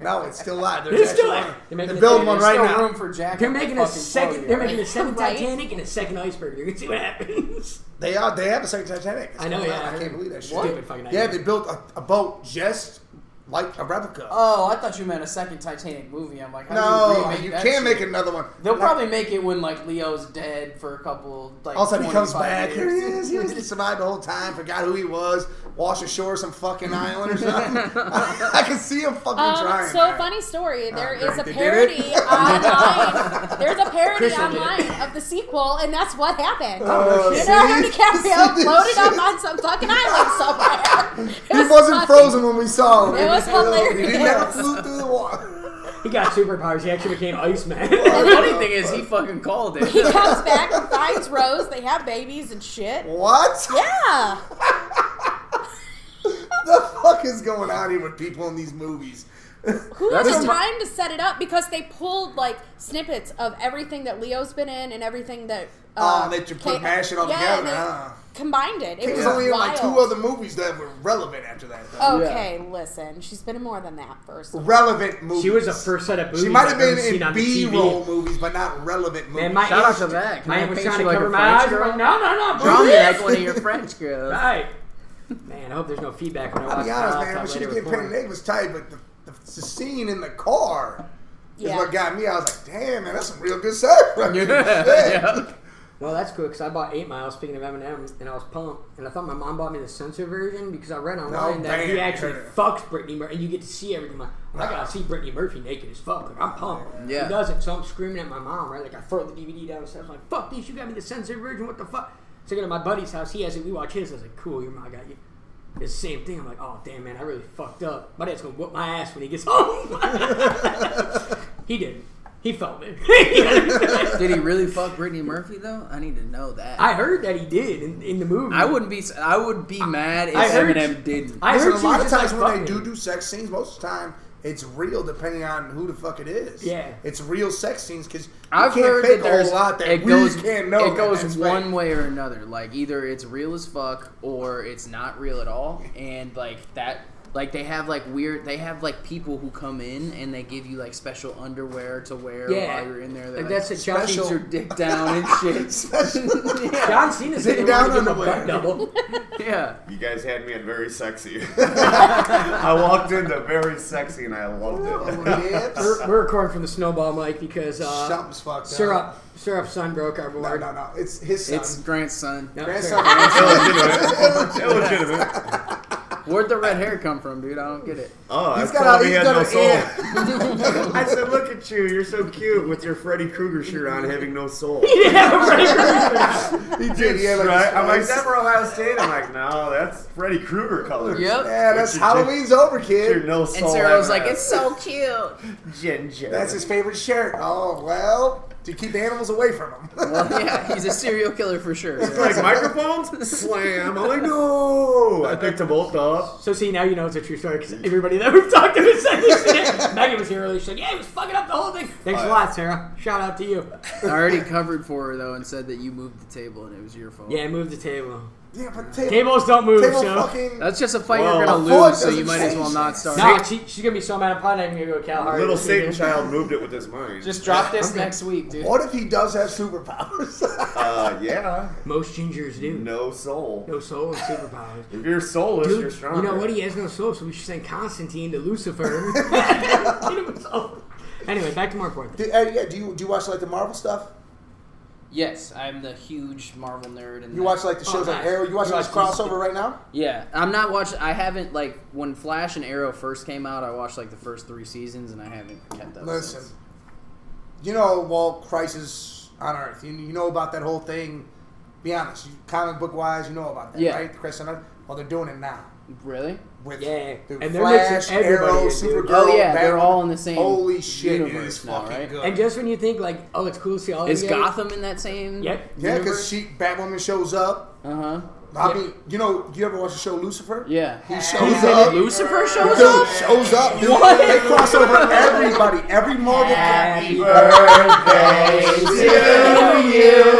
S2: No, it's still alive. There's
S3: It's still
S2: actually
S3: alive.
S2: one.
S3: They're making
S2: They're
S3: a
S2: building one
S3: theater.
S2: right
S1: Still
S2: now.
S1: room for Jack.
S3: They're
S1: to
S3: making a
S1: fucking
S3: second.
S1: podium,
S3: They're making a
S4: right?
S3: second
S4: Right?
S3: Titanic and a second iceberg. You're gonna see what happens.
S2: They are. They have a second Titanic. It's
S3: I know,
S2: going
S3: yeah,
S2: on.
S3: I
S2: I can't
S3: heard.
S2: believe that shit.
S3: What? Stupid fucking
S2: Yeah,
S3: idea.
S2: they built a, a boat just like a replica.
S1: Oh, I thought you meant a second Titanic movie. I'm like, how do you,
S2: no,
S1: remake
S2: you
S1: that
S2: can't
S1: shit?
S2: make another one.
S1: They'll
S2: Not-
S1: probably make it when like Leo's dead for a couple like.
S2: All of a sudden he comes
S1: 25
S2: back. Here he
S1: years.
S2: is. He was- he survived the whole time. Forgot who he was. Washed ashore some fucking island or something. I, can see him fucking
S4: Um,
S2: trying.
S4: so
S2: man.
S4: funny story. There is
S2: great, they
S4: a
S2: did
S4: parody
S2: it.
S4: online. There's a parody
S3: Chris will do
S4: online of the sequel, and that's what happened.
S2: Oh, no shit. See?
S4: Leonardo DiCaprio
S2: See this
S4: loaded up
S2: shit?
S4: on some fucking island somewhere. It
S2: He
S4: was
S2: wasn't
S4: fucking-
S2: frozen when we saw him.
S4: It was
S2: He never
S4: hilarious.
S2: flew through the water.
S3: He got superpowers. He actually became Iceman.
S1: The funny thing is, he fucking called
S4: He
S1: it.
S4: comes back and finds Rose. They have babies and shit.
S2: What?
S4: Yeah.
S2: the fuck is going on here with people in these movies?
S4: Who
S1: That's
S4: has
S1: a-
S4: time to set it up? Because they pulled like snippets of everything that Leo's been in and everything that.
S2: Oh, they just put-
S4: Kate-
S2: mash it all
S4: yeah,
S2: together,
S4: they
S2: huh?
S4: Combined it. It
S2: He was
S4: was
S2: only in
S4: wild.
S2: like two other movies that were relevant after that. Though.
S4: Okay, listen. She's been in more than that first.
S2: Relevant movies.
S3: she was the first set of boobies.
S2: She might have
S3: I've ever
S2: been
S3: seen
S2: in
S3: on the
S2: B
S3: TV.
S2: roll movies, but not relevant movies.
S3: Man, my
S1: Shout out
S3: aunt-
S1: to that. Can
S3: my
S1: I
S3: aunt was
S1: paint
S3: trying
S1: you
S3: to
S1: like a
S3: cover my
S1: French
S3: eyes. I'm
S1: girl?
S3: like, no, no, no,
S1: Draw me
S2: Oh,
S3: boobies.
S1: like one of your French girls.
S3: Right. Man, I hope there's no feedback when I watch
S2: I'll be honest, man. When
S3: Top
S2: she
S3: later
S2: was getting
S3: with porn.
S2: painted naked, it was tight, but the, the, the scene in the car is
S4: Yeah.
S2: what got me. I was like, damn, man, that's some real good sex. I mean, shit.
S3: Well, that's cool because I bought Eight Miles. Speaking of Eminem, and I was pumped, and I thought my mom bought me the censor version because I read online that
S2: damn.
S3: he actually fucks Britney Murphy, and you get to see everything. Like, "Oh, I gotta see Britney Murphy naked as fuck. Like, I'm pumped.
S1: Yeah.
S3: He doesn't, so I'm screaming at my mom. Right, like I throw the DVD down the stairs. I'm like, fuck this! You got me the censored version. What the fuck? So I go to my buddy's house. He has it. We watch his. I was like, cool, your mom got you. It's the same thing. I'm like, oh damn, man, I really fucked up. My dad's gonna whoop my ass when he gets home. he didn't. He felt it.
S1: Did he really fuck Brittany Murphy though? I need to know that.
S3: I heard that he did in, in the movie.
S1: I wouldn't be. s- I would be mad if
S3: I heard
S1: Eminem
S3: you-
S1: didn't.
S3: I
S2: Listen,
S3: heard
S2: a
S3: she
S2: lot of
S3: was just,
S2: times
S3: like,
S2: when they
S3: fucking.
S2: do do sex scenes, most of the time it's real, depending on who the fuck it is.
S3: Yeah.
S2: it's real sex scenes because
S1: I've
S2: can't
S1: heard
S2: fake
S1: that
S2: a
S1: there's
S2: whole lot that
S1: it
S2: we
S1: goes
S2: can't know.
S1: it
S2: that
S1: goes
S2: that's
S1: one
S2: fake.
S1: way or another. Like either it's real as fuck or it's not real at all. And like that, like they have like weird. They have like people who come in and they give you like special underwear to wear
S3: Yeah.
S1: while you're in there. They're
S3: Like
S1: Like,
S3: that's a John
S1: keeps your
S3: Cena.
S1: dick down and shit. yeah.
S3: John Cena's
S2: Sit
S3: gonna
S2: down
S3: give him a
S2: underwear.
S3: butt double.
S1: yeah.
S6: You guys had me at very sexy. I walked into very sexy and I loved
S2: Oh,
S6: it.
S2: yes.
S3: We're, we're recording from the snowball mic because uh,
S2: Something's fucked
S3: syrup
S2: up.
S3: syrup's son broke our
S2: No,
S3: board.
S2: no, no. It's his son.
S1: It's Grant's son.
S3: No,
S2: grandson.
S3: syrup.
S6: Illegitimate. Illegitimate.
S1: Where'd the red hair come from, dude? I don't get it.
S6: Oh,
S2: He's
S6: I
S2: got
S6: thought
S2: a-
S6: he
S2: he's
S6: had
S2: got
S6: no
S2: an
S6: soul.
S2: ear.
S6: I said, look at you. You're so cute with your Freddy Krueger shirt on, having no soul.
S3: Yeah, right.
S2: He did. He had like
S6: Right?
S2: a
S6: I'm
S2: slice.
S6: like, is that for Ohio State? I'm like, no, that's Freddy Krueger colors.
S1: Yep.
S2: Yeah, that's
S6: Richard
S2: Halloween's over,
S6: You're
S2: kid.
S6: no soul.
S1: And Sarah was
S6: ever
S1: like,
S6: had.
S1: "It's so cute."
S4: Um,
S6: ginger.
S2: That's his favorite shirt. Oh well, to keep the animals away from him.
S1: Well, yeah, he's a serial killer for sure.
S6: like microphones? Slam. I'm like, no. I picked them both up.
S3: so see, now you know it's a true story because everybody that we've talked to has said this shit. Megan was here earlier. She's like, yeah, he was fucking up the whole thing. Thanks
S2: Oh,
S3: a lot, Sarah. Shout out to you.
S1: I already covered for her though and said that you moved the table and it was your fault.
S3: Yeah, move the table.
S2: yeah, but table,
S3: Tables don't move,
S2: table
S3: so.
S2: fucking.
S1: That's just a fight
S6: Well,
S1: you're gonna
S2: a foot
S1: lose, so you
S2: doesn't
S1: might as well
S2: change
S1: not
S2: that.
S1: start.
S3: No, she, she's gonna be so mad. I'm probably not even gonna go Cal Hardy.
S6: Little
S3: She's
S6: Satan
S3: gonna-
S6: child moved it with his mind.
S1: Just drop this next week, dude.
S2: What if he does have superpowers?
S6: uh, yeah.
S3: Most gingers do. No,
S6: No soul.
S3: soul and superpowers.
S6: If you're soulless, you're
S3: Dude,
S6: strong.
S3: you know what? He has no soul, so we should send Constantine to Lucifer. Get him a soul. anyway, back to more point.
S2: do, uh, yeah, do you do you watch like the Marvel stuff?
S1: Yes, I'm the huge Marvel nerd. And
S2: You watch like the shows
S1: Oh,
S2: like
S3: nice.
S2: Arrow. You watch
S3: You
S2: like
S3: watch these-
S2: crossover right now?
S1: Yeah, I'm not watching. I haven't like when Flash and Arrow first came out. I watched like the first three seasons, and I haven't kept up.
S2: Listen,
S1: since.
S2: you know, well, Crisis on Earth. You, you know about that whole thing. Be honest, you, comic book wise, you know about that,
S1: Yeah.
S2: right? The Crisis on Earth. Well, they're doing it now
S1: really?
S2: with
S3: Yeah,
S2: the
S3: and they're
S2: Flash,
S3: mixing everybody
S2: Arrow,
S3: in, dude.
S2: Supergirl.
S1: Oh, yeah, they're
S2: Batwoman.
S1: all in the same
S2: Holy shit, it
S1: universe
S2: is
S1: now,
S2: fucking
S1: right?
S2: good.
S3: And just when you think like, oh, it's cool to see all
S1: Is
S3: these guys-
S1: Gotham in that same?
S3: Yep.
S2: yeah, because she Batwoman shows up.
S1: Uh huh.
S2: I
S3: Yeah.
S2: mean, you know, you ever watch the show Lucifer?
S1: Yeah.
S2: He
S1: Who's
S2: shows
S1: in
S2: up.
S1: it? Lucifer shows
S2: Dude,
S1: up.
S2: shows up. Dude. They cross over everybody. Every Marvel.
S3: Happy
S6: birthday
S2: to
S6: you.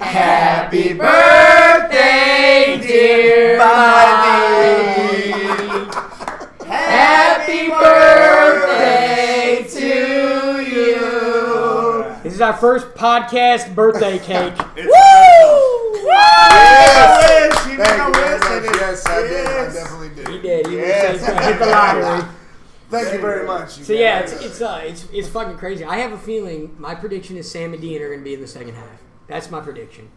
S6: Happy
S3: birthday, dear Happy birthday
S6: to you.
S3: This is our first podcast birthday cake.
S6: Yes! You
S2: Thank
S6: know
S2: you very
S6: it,
S2: much.
S6: and it-
S2: Yes, I did. I
S6: Yes.
S2: definitely
S3: he
S2: did.
S3: did. He
S6: Yes.
S3: was like, hit the lottery.
S2: Thank you very much. you
S3: So yeah,
S2: guys.
S3: it's it's, uh, it's it's fucking crazy. I have a feeling. My prediction is Sam and Dean are going to be in the second half. That's my prediction.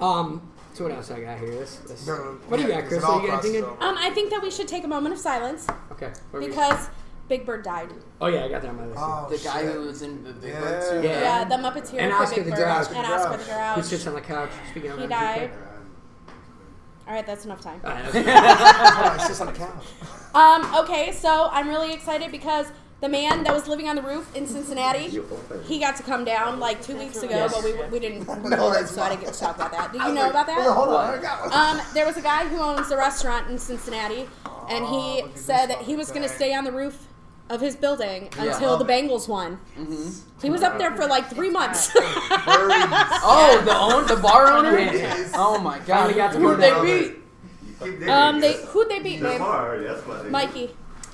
S3: Um. So what else I got here? This. this.
S2: No,
S3: What do you
S2: yeah,
S3: got, Chris?
S2: it's all
S3: You got
S2: crosses
S3: anything? in-
S2: over.
S4: Um, I think that we should take a moment of silence
S3: Okay. what were you-
S4: because Big Bird died.
S3: Oh yeah, I got that on my list.
S2: Oh,
S1: The guy
S2: shit.
S1: who was in the Big
S2: Yeah.
S1: Bird suit.
S3: Yeah.
S4: Yeah, the Muppeteer
S3: And
S4: for
S3: Oscar
S4: Big
S3: the
S4: Bird
S3: Grouch.
S4: and Oscar the
S3: Who
S4: Grouch.
S3: sits on the couch? Speaking of
S4: He
S3: him,
S4: died. All right, that's enough time.
S3: All right, okay.
S2: Oh, it's just on the couch.
S4: Um, okay, so I'm really excited because the man that was living on the roof in Cincinnati, he got to come down like two weeks ago,
S3: Yes.
S4: but we, we didn't record,
S2: that's
S4: so I didn't get to talk about that. Did you know
S2: Like,
S4: about that?
S2: well, hold on, I got one.
S4: Um, there was a guy who owns a restaurant in Cincinnati, and
S2: Oh,
S4: he
S2: look at
S4: said
S2: this
S4: that he was going to
S2: fucking
S4: stay on the roof of his building until
S2: Love
S4: the
S2: it.
S4: Bengals won.
S1: Mm-hmm.
S4: He was up there for like three months.
S2: Birdies.
S1: Oh, the own the bar owner.
S3: Yes.
S1: Oh my god.
S3: Finally got to
S1: Who'd
S3: go
S1: they
S3: down
S1: beat?
S4: um, they who'd they beat, babe?
S6: that's why they
S4: Mikey,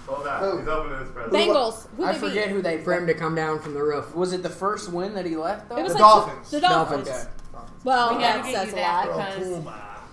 S6: Hold
S2: Oh.
S6: on, he's opening his present.
S4: Bengals. Who
S1: I
S4: they beat?
S1: forget who they.
S3: for him to come down from the roof.
S1: Was it the first win that he left though?
S4: It was
S2: The
S4: like
S2: Dolphins.
S4: The Dolphins.
S3: Dolphins.
S2: Uh,
S4: Well,
S7: We
S4: that
S7: gotta get
S4: says
S7: you
S4: a
S7: that
S4: lot.
S7: because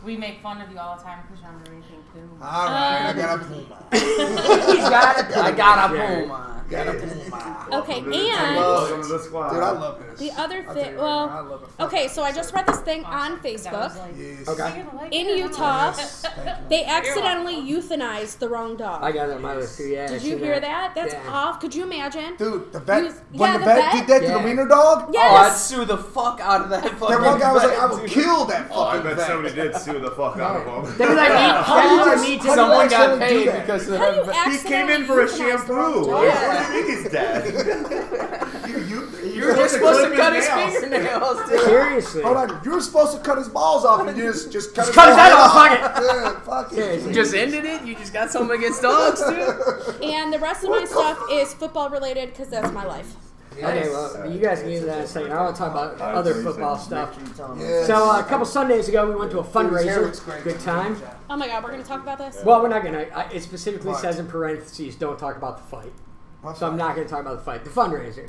S7: we make fun of you all the time because you're on the Raging Puma.
S2: All right, I got a Puma.
S1: He's got a, I got a
S3: Yeah.
S1: Puma.
S2: Got a Puma.
S4: Okay,
S6: Welcome to the-
S4: and-
S6: welcome to the squad.
S2: Dude, I love this.
S4: The other
S2: I'll tell
S4: thing,
S2: you right now, I
S4: well,
S2: love it. Fuck
S4: okay,
S2: it.
S4: so I just read this thing on
S7: That was
S4: Facebook.
S7: like-
S2: Yes.
S3: Okay.
S7: You're gonna like
S4: In
S7: it.
S4: Utah,
S2: Yes, thank you.
S4: They accidentally euthanized the wrong
S3: I
S4: dog.
S3: got it on my list too. Yeah.
S4: Did
S3: I
S4: you
S3: seen
S4: hear that? That's
S3: Yeah.
S4: off. Could you imagine?
S2: Dude, the vet,
S4: You-
S2: when
S4: yeah,
S2: the
S4: the
S2: vet,
S4: vet.
S2: did that to
S3: Yeah.
S2: the wiener dog,
S1: Oh, I'd
S4: Yes.
S1: sue the fuck out of that fucking.
S2: that one guy was like, I
S1: vet.
S2: would kill that fucking
S6: Oh, I bet
S2: vet.
S6: somebody did sue the fuck out of him.
S3: That'd be like me.
S2: How do you guys-
S3: That'd be like me
S2: how do you
S3: too.
S1: Someone
S2: Why
S1: got
S2: someone do
S1: paid
S2: that?
S1: because of
S4: How do you
S1: that.
S6: He
S4: accidentally
S6: came in for a
S4: euthanize the
S6: shampoo.
S4: wrong dog?
S6: What do you mean he's dead?
S2: You, you, you
S1: You're
S6: Just
S1: supposed
S6: clip
S1: to cut his
S6: nails.
S1: fingernails, dude.
S3: Seriously.
S2: Hold on, you were supposed to cut his balls off and you just, just cut his
S3: cut his
S2: balls
S3: head off,
S2: off. Yeah, fuck
S3: Seriously.
S2: it.
S1: Just ended it. You just got something against dogs, dude.
S4: And the rest of my stuff is football related because that's my life.
S3: Okay, well, you guys can use that in a second. I want to talk about
S6: Alright,
S3: other
S6: Uh, so you
S3: football
S6: said-
S3: stuff.
S2: Yes.
S3: So uh, a couple Sundays ago, we went to a
S2: Dude, his hair looks
S3: fundraiser.
S2: great.
S3: Good time.
S4: Oh my god, we're gonna talk about this.
S3: Well, we're not gonna. I, it specifically
S2: What?
S3: says in parentheses, "Don't talk about the fight."
S2: What
S3: So I'm not gonna talk about the fight. The fundraiser.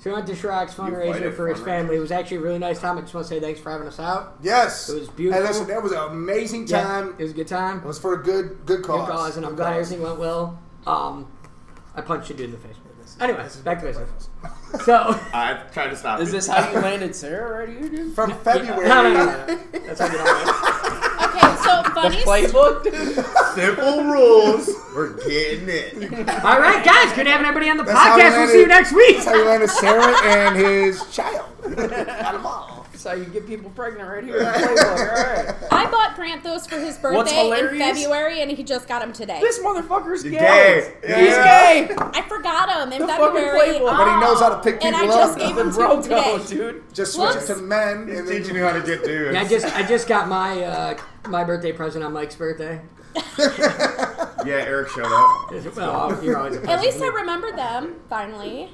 S3: So we went to Chirac's
S6: fight
S3: fundraiser
S6: at
S3: for his
S6: fundraisers?
S3: family. It was actually a really nice time. I just want to say thanks for having us out.
S2: Yes.
S3: It was beautiful.
S2: Hey, listen, that was an amazing
S3: Yeah,
S2: time.
S3: it was a good time.
S2: It was for a good good
S3: good
S2: cause.
S3: cause, and I'm
S2: Good
S3: glad
S2: cause.
S3: everything went well. Um, I punched a dude in the face. Anyway, back to business. So
S6: I've tried to stop
S1: Is
S6: it.
S1: this how you landed Sarah right here, dude?
S2: From February.
S3: No, no, no, no, no. That's how you know.
S4: Okay, so funny.
S1: Playbook, dude.
S6: Simple rules. We're getting it.
S3: All right, guys, good having everybody on the
S2: That's how we
S3: podcast. We'll
S2: landed-
S3: see you next week.
S2: That's how you landed Sarah and his child. Got 'em all.
S1: That's how you get people pregnant right here. in Playbook. All right.
S4: I bought Grant those for his birthday in
S1: hilarious-
S4: February, and he just got them today.
S1: This motherfucker's gay.
S6: Gay.
S1: He's
S6: Yeah.
S1: gay.
S4: I forgot them in
S1: The fucking
S4: February.
S1: Playboy.
S2: But he knows how to pick
S4: Oh, And
S2: people
S4: I
S2: up.
S4: just gave him to him
S1: Bro
S4: today.
S1: code, dude.
S2: Just switch
S4: Whoops.
S2: it to men.
S6: He's
S2: and then
S6: teaching you how to get dudes.
S3: Yeah, I just I just got my uh, my birthday present on Mike's birthday.
S6: Yeah, Eric showed up.
S3: Well, you're always a
S4: At
S3: present.
S4: least I remembered them finally.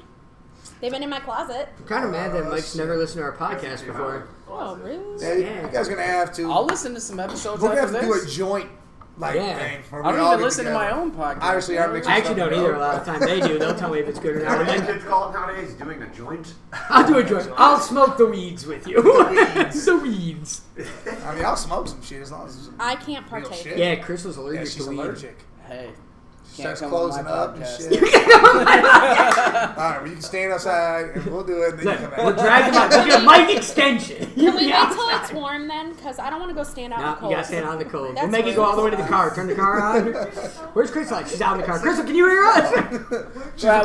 S4: They've been in my closet.
S3: I'm kind of mad that Mike's
S2: Oh,
S3: never listened to our podcast before.
S4: Oh, really?
S2: Yeah, you guys are gonna have to.
S1: I'll listen to some episodes
S2: we're gonna
S1: after
S2: have to do a
S1: this.
S2: joint like
S3: Yeah.
S2: thing. where
S1: I
S2: we
S1: don't
S2: all
S1: even
S2: get
S1: listen to my
S2: together.
S1: own podcast.
S2: Honestly, I mix
S3: I
S2: it
S3: actually don't either. A lot of the time they do. They'll tell me if it's good or not. And then
S6: call it nowadays doing a joint.
S3: I'll do a joint. I'll smoke the weeds with you. the weeds.
S2: I mean, I'll smoke some shit as long as it's
S4: I can't
S2: real
S4: partake.
S2: shit.
S3: Yeah, Chris was allergic
S2: Yeah,
S3: to
S2: she's
S3: weed.
S2: allergic.
S1: Hey,
S2: She
S1: Can't
S2: starts
S1: come on my
S2: closing up and
S1: podcast.
S2: shit. all right, well, you can stand outside and we'll do it. And then you
S3: We're
S2: come back.
S3: dragging my we'll get a mic extension.
S4: Can we
S3: Yeah.
S4: wait till it's warm then? Because I don't want to go stand out in
S3: No,
S4: the
S3: you
S4: cold.
S3: gotta stand out in the cold.
S4: That's
S3: we'll make it go all the way to the car. Turn the car on. Where's Crystal? at? She's out in the car. Crystal, can you hear us?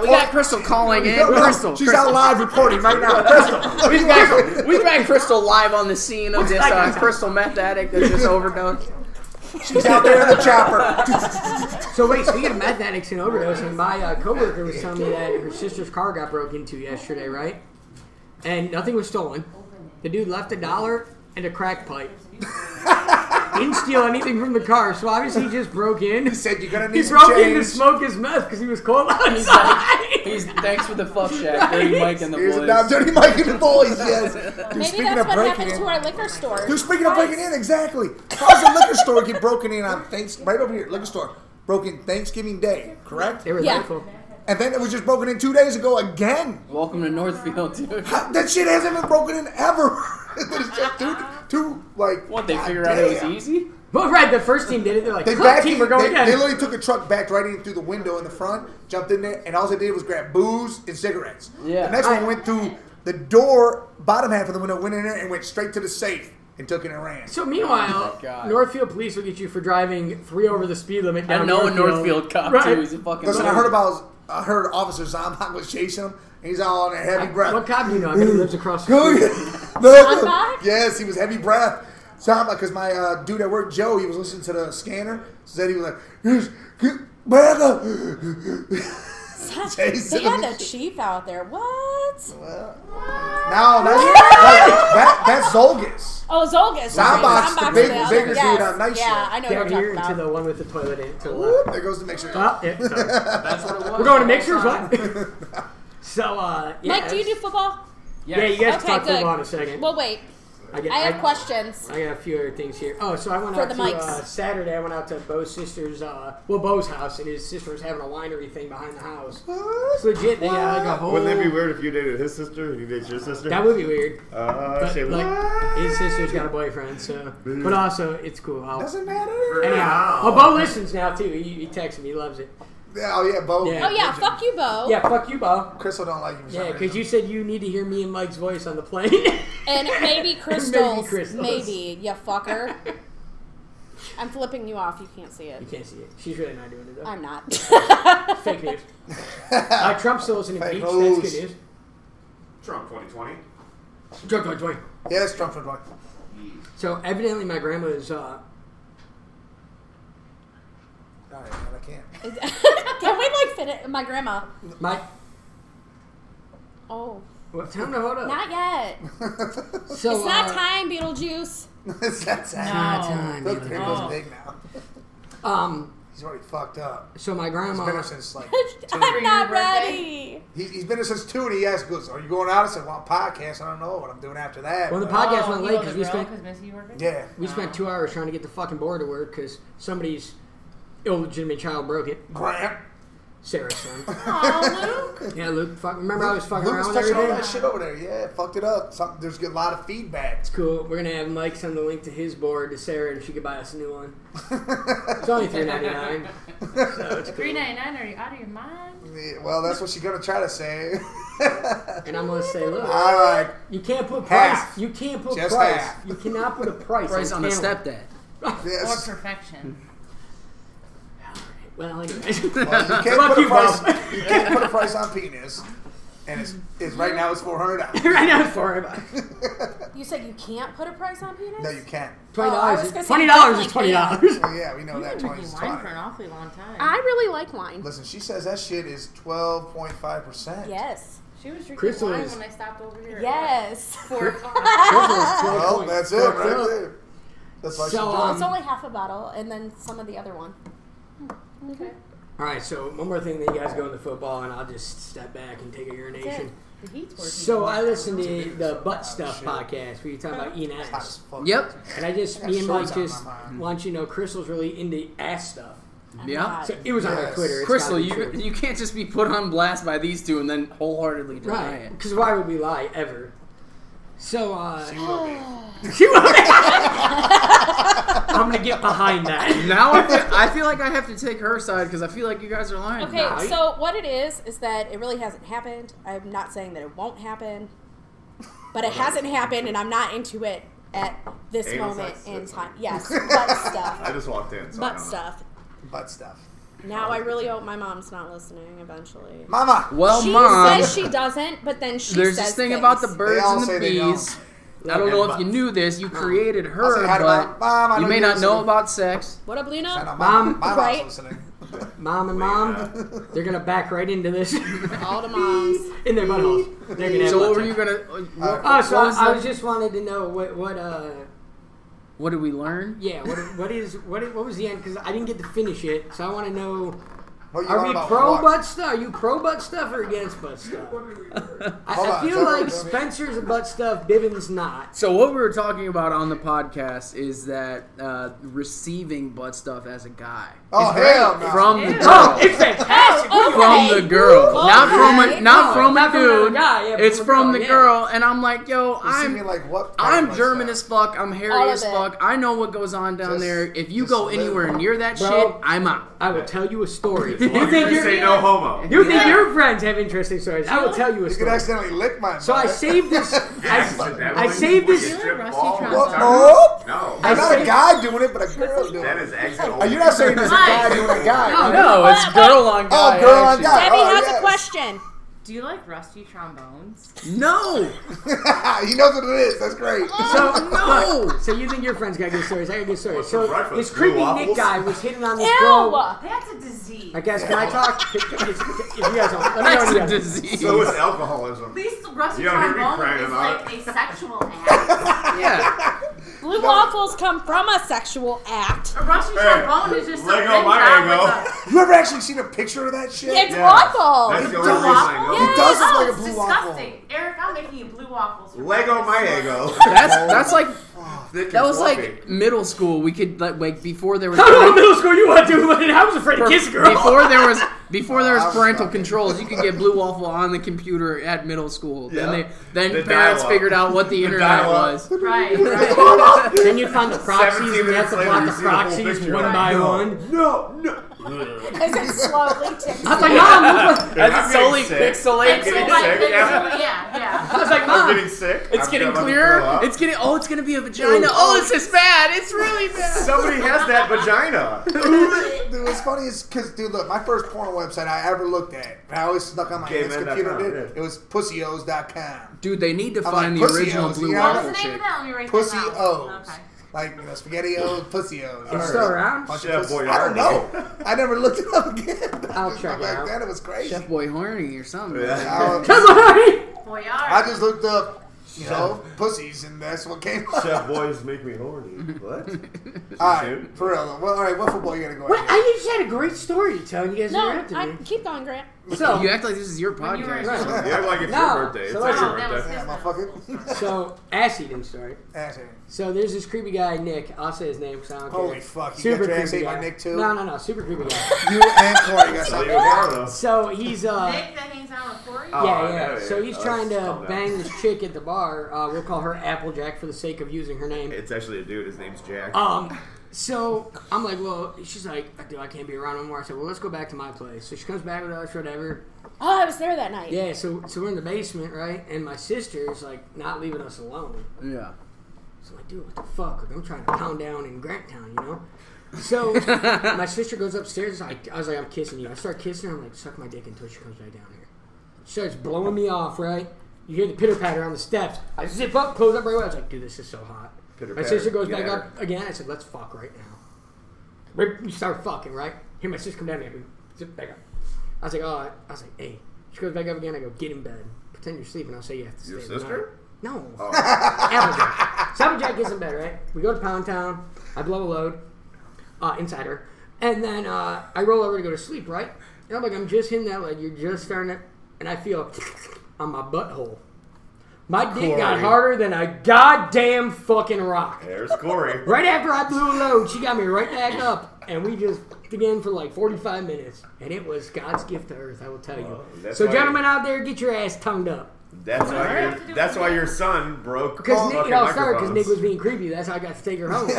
S1: we got Crystal calling in. Crystal,
S2: She's out live reporting right now. Crystal,
S1: We've got, we've got Crystal live on the scene of this uh, Crystal meth addict that just overdosed.
S2: she's out there in the chopper.
S3: so wait, speaking of meth addicts and overdosing, my uh, coworker was telling me that her sister's car got broke into yesterday, right? And nothing was stolen. The dude left a dollar and a crack pipe. Didn't steal anything from the car, so obviously he just broke in.
S2: He said you're gonna need
S3: He
S2: some
S3: broke in to
S2: change.
S3: smoke his meth because he was cold
S1: He's like,
S3: outside.
S1: he's thanks for the fuck shack, dirty Mike and the
S2: Here's a dime,
S1: boys.
S2: dirty Mike and the boys. Yes. Dude,
S4: Maybe
S2: speaking
S4: that's
S2: of
S4: what
S2: breaking
S4: happened
S2: in-
S4: to our liquor store.
S2: Dude, speaking of breaking in, exactly. How's the liquor store get broken in on thanks right over here? Liquor store broken Thanksgiving Day, correct?
S3: They were
S4: Yeah.
S3: thankful.
S2: And then it was just broken in two days ago again.
S1: Welcome to Northfield, dude.
S2: That shit hasn't been broken in ever. It's just two, two, like
S1: What they
S2: God
S1: figure out it was
S2: damn.
S1: easy?
S3: Well, right, the first team did it. They're like,
S2: They
S3: "Huh,
S2: back
S3: team,
S2: in,
S3: we're going
S2: they,
S3: again.
S2: they literally took a truck back right in through the window in the front, jumped in there, and all they did was grab booze and cigarettes.
S1: Yeah.
S2: The next
S3: I-
S2: one went through the door, bottom half of the window, went in there and went straight to the safe and took it and ran.
S3: So
S2: Oh
S3: meanwhile,
S1: my God.
S3: Northfield police will get you for driving three over the speed limit. Down
S1: I know a
S3: Northfield.
S1: Northfield cop
S3: Right.
S1: too. He's a fucking.
S2: Listen, I heard about I heard Officer Zombach was chasing him, and he's all on a heavy breath.
S3: What cop do you know? I
S6: Mm.
S3: bet he lives across
S2: Go
S3: the street.
S2: get- No, no.
S4: Zombach?
S2: Yes, he was heavy breath. Zombach, because my uh, dude at work, Joe, he was listening to the scanner. Said he was like, "Here's- get back up."
S4: they had the chief out there. What?
S3: Oh,
S2: No, that's that, that's Zolgis.
S4: Oh,
S2: Zombach's
S4: Zolgus.
S2: the
S4: Zombach's
S2: big-
S4: other-
S2: bigger dude
S4: yes.
S2: on Night
S4: Yeah,
S2: Shift.
S4: I know
S3: Down
S4: what
S3: here
S4: you're
S3: into
S4: talking
S3: the
S4: about.
S3: one with the toilet in it to the
S2: Whoop,
S3: left.
S2: There goes the mixture.
S3: Oh, yeah, sorry.
S1: That's what it was.
S3: We're going to mixers, what? so, uh, yeah.
S4: Mike, do you do football?
S3: Yeah, you guys
S4: Okay,
S3: can talk
S4: good.
S3: football in a second.
S4: Well, wait.
S3: get,
S4: I have questions.
S3: I got a few other things here. Oh, so I went
S4: For
S3: out
S4: the
S3: to
S4: mics.
S3: uh, Saturday. I went out to Bo's sister's, uh, well, Bo's house, and his sister was having a winery thing behind the house. It's legit. They got like a whole.
S6: Wouldn't it be weird if you dated his sister and you dated your sister?
S3: That would be weird.
S6: Uh,
S3: But,
S6: shit,
S3: like,
S6: what?
S3: his sister's got a boyfriend, so.
S6: Mm.
S3: But also, it's cool. I'll,
S2: Doesn't matter.
S3: anyhow, well, Bo listens now too. He, he texts me. He loves it.
S2: Yeah, oh yeah, Bo.
S3: Yeah.
S4: Oh yeah, fuck you, Bo.
S3: Yeah, fuck you, Bob.
S2: Crystal don't like you. For some
S3: Yeah, because
S2: reason.
S3: you said you need to hear me and Mike's voice on the plane.
S4: And maybe crystals. maybe
S3: crystals.
S4: you fucker. I'm flipping you off. You can't see
S3: you
S4: it.
S3: can't see it. She's really not doing it though.
S4: I'm not.
S3: Fake news. Uh, Trump still isn't
S2: Fake
S3: impeached. That's
S2: news.
S3: good news.
S6: Trump 2020.
S3: Trump 2020.
S2: yeah, it's Trump for Trump.
S3: So evidently, my grandma is. Uh,
S2: All right, man, I can't.
S4: Can we like fit it? My grandma.
S3: my.
S4: Oh,
S3: What time to hold up?
S4: not yet.
S3: so,
S4: It's not
S3: uh,
S4: time, Beetlejuice.
S2: it's that sad.
S3: Not
S7: No.
S3: time.
S2: Look, there
S7: No.
S4: Oh.
S2: goes Big now.
S3: Um.
S2: He's already fucked up.
S3: So my
S2: He's
S3: grandma.
S2: been there since like.
S4: I'm not
S7: birthday?
S4: ready.
S2: He, he's been there since two, and he asked, "Goes, are you going out?" I said, "Well, podcast. I don't know what I'm doing after that."
S3: Well, the
S2: but-
S3: podcast
S7: oh,
S3: went
S7: you
S3: late
S7: on the
S3: because we
S7: grill
S3: spent
S7: 'cause Missy worked it?
S2: yeah,
S3: we spent two hours trying to get the fucking board to work because somebody's illegitimate child broke it.
S2: Grant.
S3: Sarah's son.
S4: Oh, Luke.
S3: yeah, Luke. Fuck, remember I was fucking
S2: Luke was
S3: around with
S2: touching all
S3: everything.
S2: that shit over there. Yeah, fucked it up. Some, there's a lot of feedback.
S3: Cool. We're gonna have Mike send the link to his board to Sarah, and she could buy us a new one. it's only three ninety nine. So it's cool.
S7: 399, are you out of your mind?
S2: Yeah, well, that's what she's gonna try to say.
S3: And I'm gonna say, look,
S2: all right,
S3: you can't put price.
S2: Half.
S3: You can't put
S2: Just
S3: price.
S2: half.
S3: You cannot put a price,
S1: Price on a
S3: talent.
S1: stepdad.
S2: yes.
S7: Or perfection.
S3: Well, anyways.
S2: Well, you can't
S3: Fuck
S2: put a
S3: you,
S2: price.
S3: Bob.
S2: You can't put a price on penis, and it's, it's right now it's four hundred dollars.
S3: right now it's four hundred bucks.
S4: You said you can't put a price on penis.
S2: No, you can't.
S3: Twenty
S4: I was
S3: dollars.
S4: gonna say,
S3: twenty dollars is
S4: definitely
S3: twenty dollars.
S2: Well, yeah, we know
S7: You've
S2: that
S7: been
S2: twenty
S7: drinking
S2: is
S7: wine for
S2: twenty.
S7: an awfully long time.
S4: I really like wine.
S2: Listen, she says that shit is twelve point five percent.
S4: Yes.
S7: she was drinking
S3: Crystal
S7: wine
S3: is-
S7: when I stopped over here. at,
S4: Yes.
S7: like, Four o'clock.
S2: Well, that's it right there. That's why she
S1: uh,
S3: So,
S2: drank.
S3: um,
S4: it's only half a bottle, and then some of the other one.
S7: okay.
S3: All right, so one more thing, then you guys go into football, and I'll just step back and take a urination.
S7: The heat's working.
S3: So I listened to the
S2: Oh,
S3: Butt Stuff podcast where you talk about eating
S2: Hot as
S3: ass,
S2: fuck.
S1: Yep.
S3: and I just
S2: I got
S3: me and
S2: sores
S3: Mike
S2: on my
S3: just
S2: mind.
S3: want you to know Crystal's really into ass stuff.
S4: I'm
S1: Yeah.
S4: not.
S3: So it was on her
S2: Yes.
S3: Twitter. It's
S1: Crystal,
S3: gotta be
S1: you
S3: true.
S1: you can't just be put on blast by these two and then wholeheartedly deny
S3: right?
S1: it.
S3: Because why would we lie ever? So uh,
S2: She will be.
S3: she won't. I'm gonna get behind that.
S1: Now I feel, I feel like I have to take her side because I feel like you guys are lying.
S4: Okay,
S3: Nice.
S4: so what it is is that it really hasn't happened. I'm not saying that it won't happen, but it hasn't happened, and I'm not into it at this
S6: Anal
S4: moment
S6: sex,
S4: in
S6: that's
S4: time. Yes, butt
S6: I
S4: stuff,
S6: just walked in. So I
S4: butt
S6: don't know.
S4: stuff.
S2: butt stuff.
S4: Now I really hope my mom's not listening. Eventually,
S2: Mama.
S1: Well,
S4: she
S1: mom,
S4: says she doesn't, but then she
S1: there's
S4: says
S1: this thing
S4: things.
S1: about the birds
S2: all
S1: and
S2: say
S1: the
S2: they don't.
S1: bees. I don't know if you knew this. You created her,
S2: say hi to
S1: but
S2: Mom. Mom, I
S1: you
S2: know
S1: may
S2: you're
S1: not know
S2: listening.
S1: about sex.
S4: What up,
S2: I know,
S4: Luna?
S2: mom.
S3: Mom,
S2: Mom,
S4: right?
S2: listening.
S3: Mom and mom, they're gonna back right into this
S4: All the moms.
S3: in their buttholes. They're gonna have
S1: So what
S3: lots
S1: were
S3: of-
S1: you gonna? uh, What,
S3: Oh, so
S1: what was
S3: I, I
S1: the-
S3: was just wanted to know what what uh
S1: what did we learn?
S3: yeah what what is what is, what was the end because I didn't get to finish it so I want to know
S2: What you
S3: are
S2: on
S3: we
S2: about?
S3: pro
S2: What?
S3: butt stuff are you pro butt stuff or against butt stuff I,
S2: Hold
S3: I
S2: on,
S3: feel
S2: hold on,
S3: like
S2: hold on.
S3: Spencer's a butt stuff Bivens not
S1: So what we were talking about on the podcast is that uh, receiving butt stuff as a guy
S2: Oh hell no.
S1: from the
S7: Ew.
S1: girl,
S3: it's fantastic
S4: Oh,
S1: from
S4: okay.
S1: the girl, not from a
S4: okay.
S1: not from
S3: Not
S1: a
S3: from another
S1: dude.
S3: guy, yeah, but
S1: It's
S3: from a
S1: from
S3: girl,
S1: the
S3: yeah.
S1: girl, and I'm like, yo,
S2: You see
S1: I'm
S2: me like what? kind of
S1: I'm
S2: butt
S1: German
S2: stuff?
S1: as fuck. I'm
S4: All
S1: hairy
S4: of
S1: as
S4: it.
S1: fuck. I know what goes on down
S2: Just-
S1: there. If you
S2: just
S1: go
S2: live.
S1: anywhere near that
S3: Bro.
S1: shit, I'm out.
S3: I will tell you a story you
S1: You
S3: think
S6: They
S3: your
S6: say no homo.
S3: you think your friends have interesting stories I will tell you a
S2: You could
S3: story
S2: accidentally lick my.
S3: so I
S2: butt.
S3: saved this I,
S6: Accidentally.
S3: I saved this
S7: Really, Rusty
S6: Ball?
S7: Trump?
S2: What?
S6: No.
S2: I'm
S3: I-
S6: No.
S2: not a
S3: saved-
S2: guy doing it, but a girl doing
S6: That
S2: it.
S6: is exit.
S2: Are you not saying there's a guy doing a guy?
S3: No,
S2: right?
S1: No, it's girl on guy.
S2: Oh, girl on
S1: action.
S2: guy.
S4: Debbie
S2: oh,
S4: has
S2: yes.
S4: a question.
S7: Do you like rusty trombones?
S1: No,
S2: he knows what it is. That's great.
S3: So
S1: no.
S3: So you think your friends got good stories? I got good stories.
S6: for
S3: So
S6: breakfast?
S3: this creepy
S6: Blue
S3: Nick
S6: waffles?
S3: guy was hitting on this girl.
S4: Ew.
S7: That's a disease.
S3: I guess can I talk? If if you guys don't, let me know
S1: That's
S3: when you
S1: a
S3: guys-
S1: disease.
S6: So is alcoholism.
S7: At least the rusty
S6: You don't hear me
S7: trombone
S6: crying
S7: is
S6: about
S7: like a sexual act.
S1: yeah.
S4: Blue waffles come from a sexual act.
S7: A rusty
S6: Hey,
S7: trombone is just a
S6: Lego
S7: ring
S6: my
S7: guy
S6: ego.
S7: with
S2: you ever actually seen a picture of that shit?
S4: It's
S6: Yeah.
S4: awful.
S6: That's
S2: It
S6: the only
S2: does-
S6: reason I know.
S2: It
S7: Yeah.
S2: does
S7: a-
S2: look
S7: Oh,
S2: like a
S7: it's
S2: blue
S7: disgusting.
S2: waffle.
S7: Eric, I'm making you blue waffles. for
S6: Lego
S7: breakfast.
S6: my ego.
S1: That's that's like
S6: Thick and
S1: that was
S6: fluffy.
S1: like middle school. We could like like before there was
S3: I don't know, middle school you want to, but I was afraid to kiss a girl.
S1: before there was before there was
S2: I was
S1: parental
S2: fucking-
S1: controls. You could get blue waffle on the computer at middle school.
S6: Yeah.
S1: Then they then
S6: The
S1: parents
S6: dial-up.
S1: figured out what the, internet
S6: dial-up.
S1: was.
S7: Right.
S3: then you find the proxies, and you have
S6: minutes
S3: to
S6: later,
S3: block
S6: you
S3: the
S6: see the whole
S3: proxies
S6: picture.
S3: one by
S6: No.
S3: one.
S6: No, no.
S4: As it slowly tips.
S3: I was like, Mom, look what.
S6: That's
S1: As it's only
S7: And
S1: pixelated.
S7: so, like,
S1: It's,
S6: sick, yeah.
S7: yeah, yeah.
S3: I was like, Mom.
S6: I'm getting sick. I'm
S1: getting
S6: about to throw
S1: clearer.
S6: up.
S1: It's getting. Oh, it's gonna be a vagina. Oh, it's just bad. It's really bad.
S6: Somebody has that vagina.
S2: Dude, what's funny is because, dude, look, my first porn website I ever looked at, and I always snuck on my
S6: Gay
S2: aunt's
S6: men dot
S2: computer,
S6: com,
S2: dude.
S6: yeah.
S2: It was pussyos.com.
S1: Dude, they need to
S2: I'm
S1: find
S2: like,
S1: the
S2: pussy
S1: original
S2: hoes,
S1: blue
S2: you know?
S7: What's
S1: waffle
S7: the name
S1: chick.
S7: of that? Let me write that
S2: Pussy
S7: down.
S2: O's.
S7: Okay.
S2: Like, you know, spaghetti O's, pussy O's.
S3: It's still around.
S2: Bunch of
S6: Chef
S2: pussies. I don't
S6: Boyardee.
S2: know. I never looked it up again.
S3: I'll check it
S2: Back
S3: out.
S2: then, it was crazy.
S1: Chef Boy Horny or something.
S6: Yeah.
S2: I don't-
S7: Boy,
S2: I just looked up, you know, pussies, and that's what came up.
S6: Chef boys make me horny. What?
S2: All right, for real. Well, all right, what football you gonna go?
S3: What?
S2: after?
S3: I just had a great story to tell, and you guys
S4: No,
S3: interrupted
S4: I,
S3: me.
S4: keep going, Grant.
S3: So,
S1: You act like this is your
S7: When you were-
S1: podcast.
S3: Right.
S6: Yeah, like it's
S3: No.
S6: your birthday. It's
S3: So
S6: not
S3: that's-
S6: your
S7: Oh, that was
S6: birthday.
S2: Yeah, motherfucker.
S3: so ass eating story.
S2: Ass hair.
S3: So there's this creepy guy, Nick. I'll say his name because I don't care.
S2: Holy fuck! You got your ass ate by Nick too.
S3: No, no, no. Super creepy guy.
S2: You and Corey got
S6: Tell
S2: something.
S6: you about it.
S3: So he's uh.
S7: Nick that hangs out with Corey.
S2: uh,
S6: Oh,
S3: Yeah,
S6: I know,
S3: yeah. So
S6: yeah.
S3: he's
S6: Oh,
S3: trying to
S6: calm down.
S3: bang this chick at the bar. Uh, we'll call her Applejack for the sake of using her name.
S6: It's actually a dude. His name's Jack.
S3: Um, so I'm like, well, she's like, dude, I can't be around no more. I said, well, let's go back to my place. So she comes back with us, whatever.
S4: Oh, I was there that night.
S3: Yeah, so so we're in the basement, right? And my sister's like not leaving us alone.
S1: Yeah.
S3: So I'm like, dude, what the fuck? Like, I'm trying to pound down in Grant Town, you know? So my sister goes upstairs. I, I was like, I'm kissing you. I start kissing her. I'm like, suck my dick until she comes back down here. She starts blowing me off, right? You hear the pitter patter on the steps. I zip up, close up right away. I was like, dude, this is so hot. My
S6: Pitter-patter.
S3: sister goes
S6: Get
S3: back
S6: at
S3: up again. I said, let's fuck right now. We we start fucking, right? Hear my sister come down here. Zip back up. I was like, oh, I was like, hey. She goes back up again. I go, get in bed. Pretend you're sleeping. I'll say you have to
S6: Your
S3: stay the night."
S6: sister?
S3: No.
S6: Oh,
S3: Applejack. so Applejack gets in bed, right? We go to Pound Town. I blow a load, uh, insider, and then uh, I roll over to go to sleep, right? And I'm like, I'm just hitting that leg. You're just starting it, and I feel on my butthole. My dick got
S6: Corey.
S3: harder than a goddamn fucking rock.
S6: there's Corey.
S3: Right after I blew a load, she got me right back up, and we just f***ed again for like 45 minutes, and it was God's gift to earth, I will tell you.
S6: Well, that's
S3: so,
S6: why-
S3: gentlemen out there, get your ass tongued up.
S6: That's why.
S7: Alright.
S6: Your, that's why your son broke. all
S3: Because Nick,
S6: fucking
S3: it all started because
S6: microphones.
S3: Nick was being creepy. That's how I got to take her home.
S2: Nick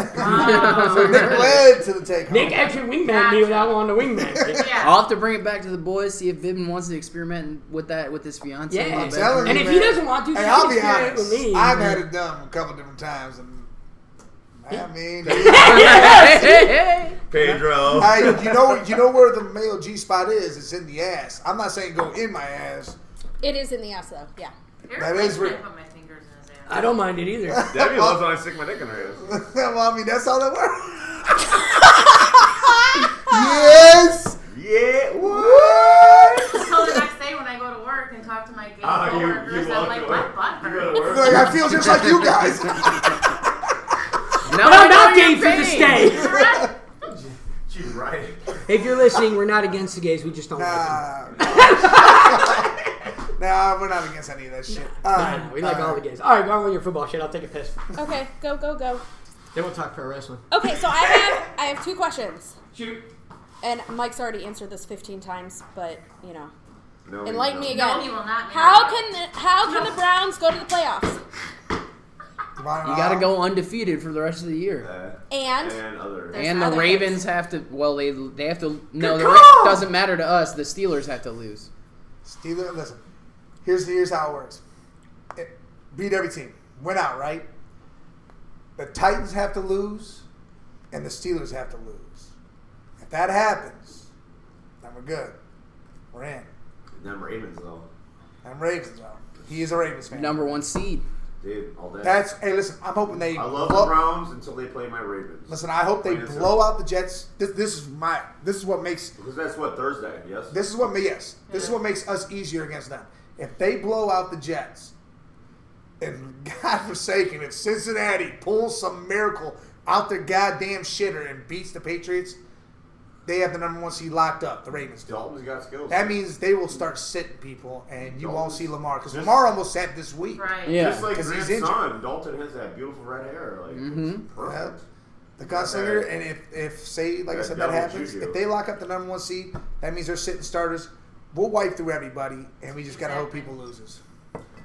S2: led to the take home.
S3: Nick actually wingman me without wanting to wingman. me.
S7: Yeah.
S1: I'll have to bring it back to the boys. See if Vibin wants to experiment with that with his fiance.
S3: Yeah.
S1: My
S3: I'm
S1: bad.
S2: telling
S3: And
S2: you,
S3: if he
S2: man.
S3: doesn't want to,
S2: Hey,
S3: she
S2: I'll
S3: can
S2: be
S3: share it
S2: honest.
S3: with me.
S2: I've had it done a couple different times, and I mean,
S1: Hey, hey,
S6: Pedro.
S2: I, you know, you know where the male G spot is. It's in the ass. I'm not saying go in my ass.
S4: It is in the ass, though. Yeah.
S7: There's
S2: that
S7: like
S2: is real.
S7: I put my fingers in his ass.
S3: I don't mind it either.
S6: Debbie loves when I stick my dick in her ass.
S2: well, I mean, that's how that works. yes.
S6: Yeah.
S2: What?
S7: So the next day when I go to work and talk to my gay
S6: Ah, you,
S7: coworkers,
S6: you
S7: I'm
S6: love
S7: like,
S6: to
S7: my
S6: work.
S7: butt
S6: You go
S7: hurts.
S6: to
S2: Like
S6: work.
S2: I feel just like you guys.
S1: hey. Now I
S3: I'm
S1: know
S3: not
S1: your
S3: gay for this
S1: pain.
S3: day.
S6: She's right.
S3: If you're listening, we're not against the gays. We just don't like them.
S2: Nah. nah, we're not against any of that shit. All
S3: No,
S2: right,
S3: no, no, we like all the gays. All right, go on with your football shit. I'll take a piss.
S4: Okay, go, go, go.
S3: Then we'll talk pro wrestling.
S4: Okay, so I have I have two questions,
S3: Shoot.
S4: and Mike's already answered this 15 times, but you know,
S6: No,
S4: enlighten
S6: no.
S4: me again.
S7: No, he will not.
S4: How can the, how can the Browns go to the playoffs?
S2: You gotta
S1: You got to go undefeated for the rest of the year.
S6: Uh,
S4: And
S6: and other.
S4: There's
S1: And the
S4: other
S1: Ravens have to. Well, they they have to. No, the Ra-
S3: Good call.
S1: doesn't matter to us. The Steelers have to lose.
S2: Steeler, listen. Here's here's how it works. It, beat every team. Win out, right? The Titans have to lose, and the Steelers have to lose. If that happens, then we're good. We're in.
S6: Them Ravens though.
S2: I'm Ravens though. He is a Ravens fan.
S1: Number one seed.
S6: Dude, all day.
S2: That's hey. Listen, I'm hoping they.
S6: I love
S2: blow-
S6: the Browns until they play my Ravens.
S2: Listen, I hope they
S6: Plain and
S2: blow
S6: simple.
S2: out the Jets. This, this is my. This is what makes
S6: Because that's what Thursday. Yes.
S2: This is what ma- yes. This is what makes us easier against them. If they blow out the Jets, and God forsaken, if Cincinnati pulls some miracle out their goddamn shitter and beats the Patriots, they have the number one seed locked up. The Ravens do.
S6: Dalton's got skills.
S2: That means they will start sitting people, and you won't see Lamar because
S6: Just-
S2: Lamar almost sat this week.
S7: Right.
S1: Yeah.
S6: Just like
S2: 'Cause he's
S6: Grant's
S2: injured.
S6: son, Dalton has that beautiful red hair. Like
S4: Mm-hmm.
S6: it's
S2: Yep.
S6: perfect.
S2: The gunslinger, and if if say like I
S6: That
S2: said that
S6: double
S2: happens,
S6: juju.
S2: if they lock up the number one seed, that means they're sitting starters. We'll wipe through everybody, and we just gotta hope people loses.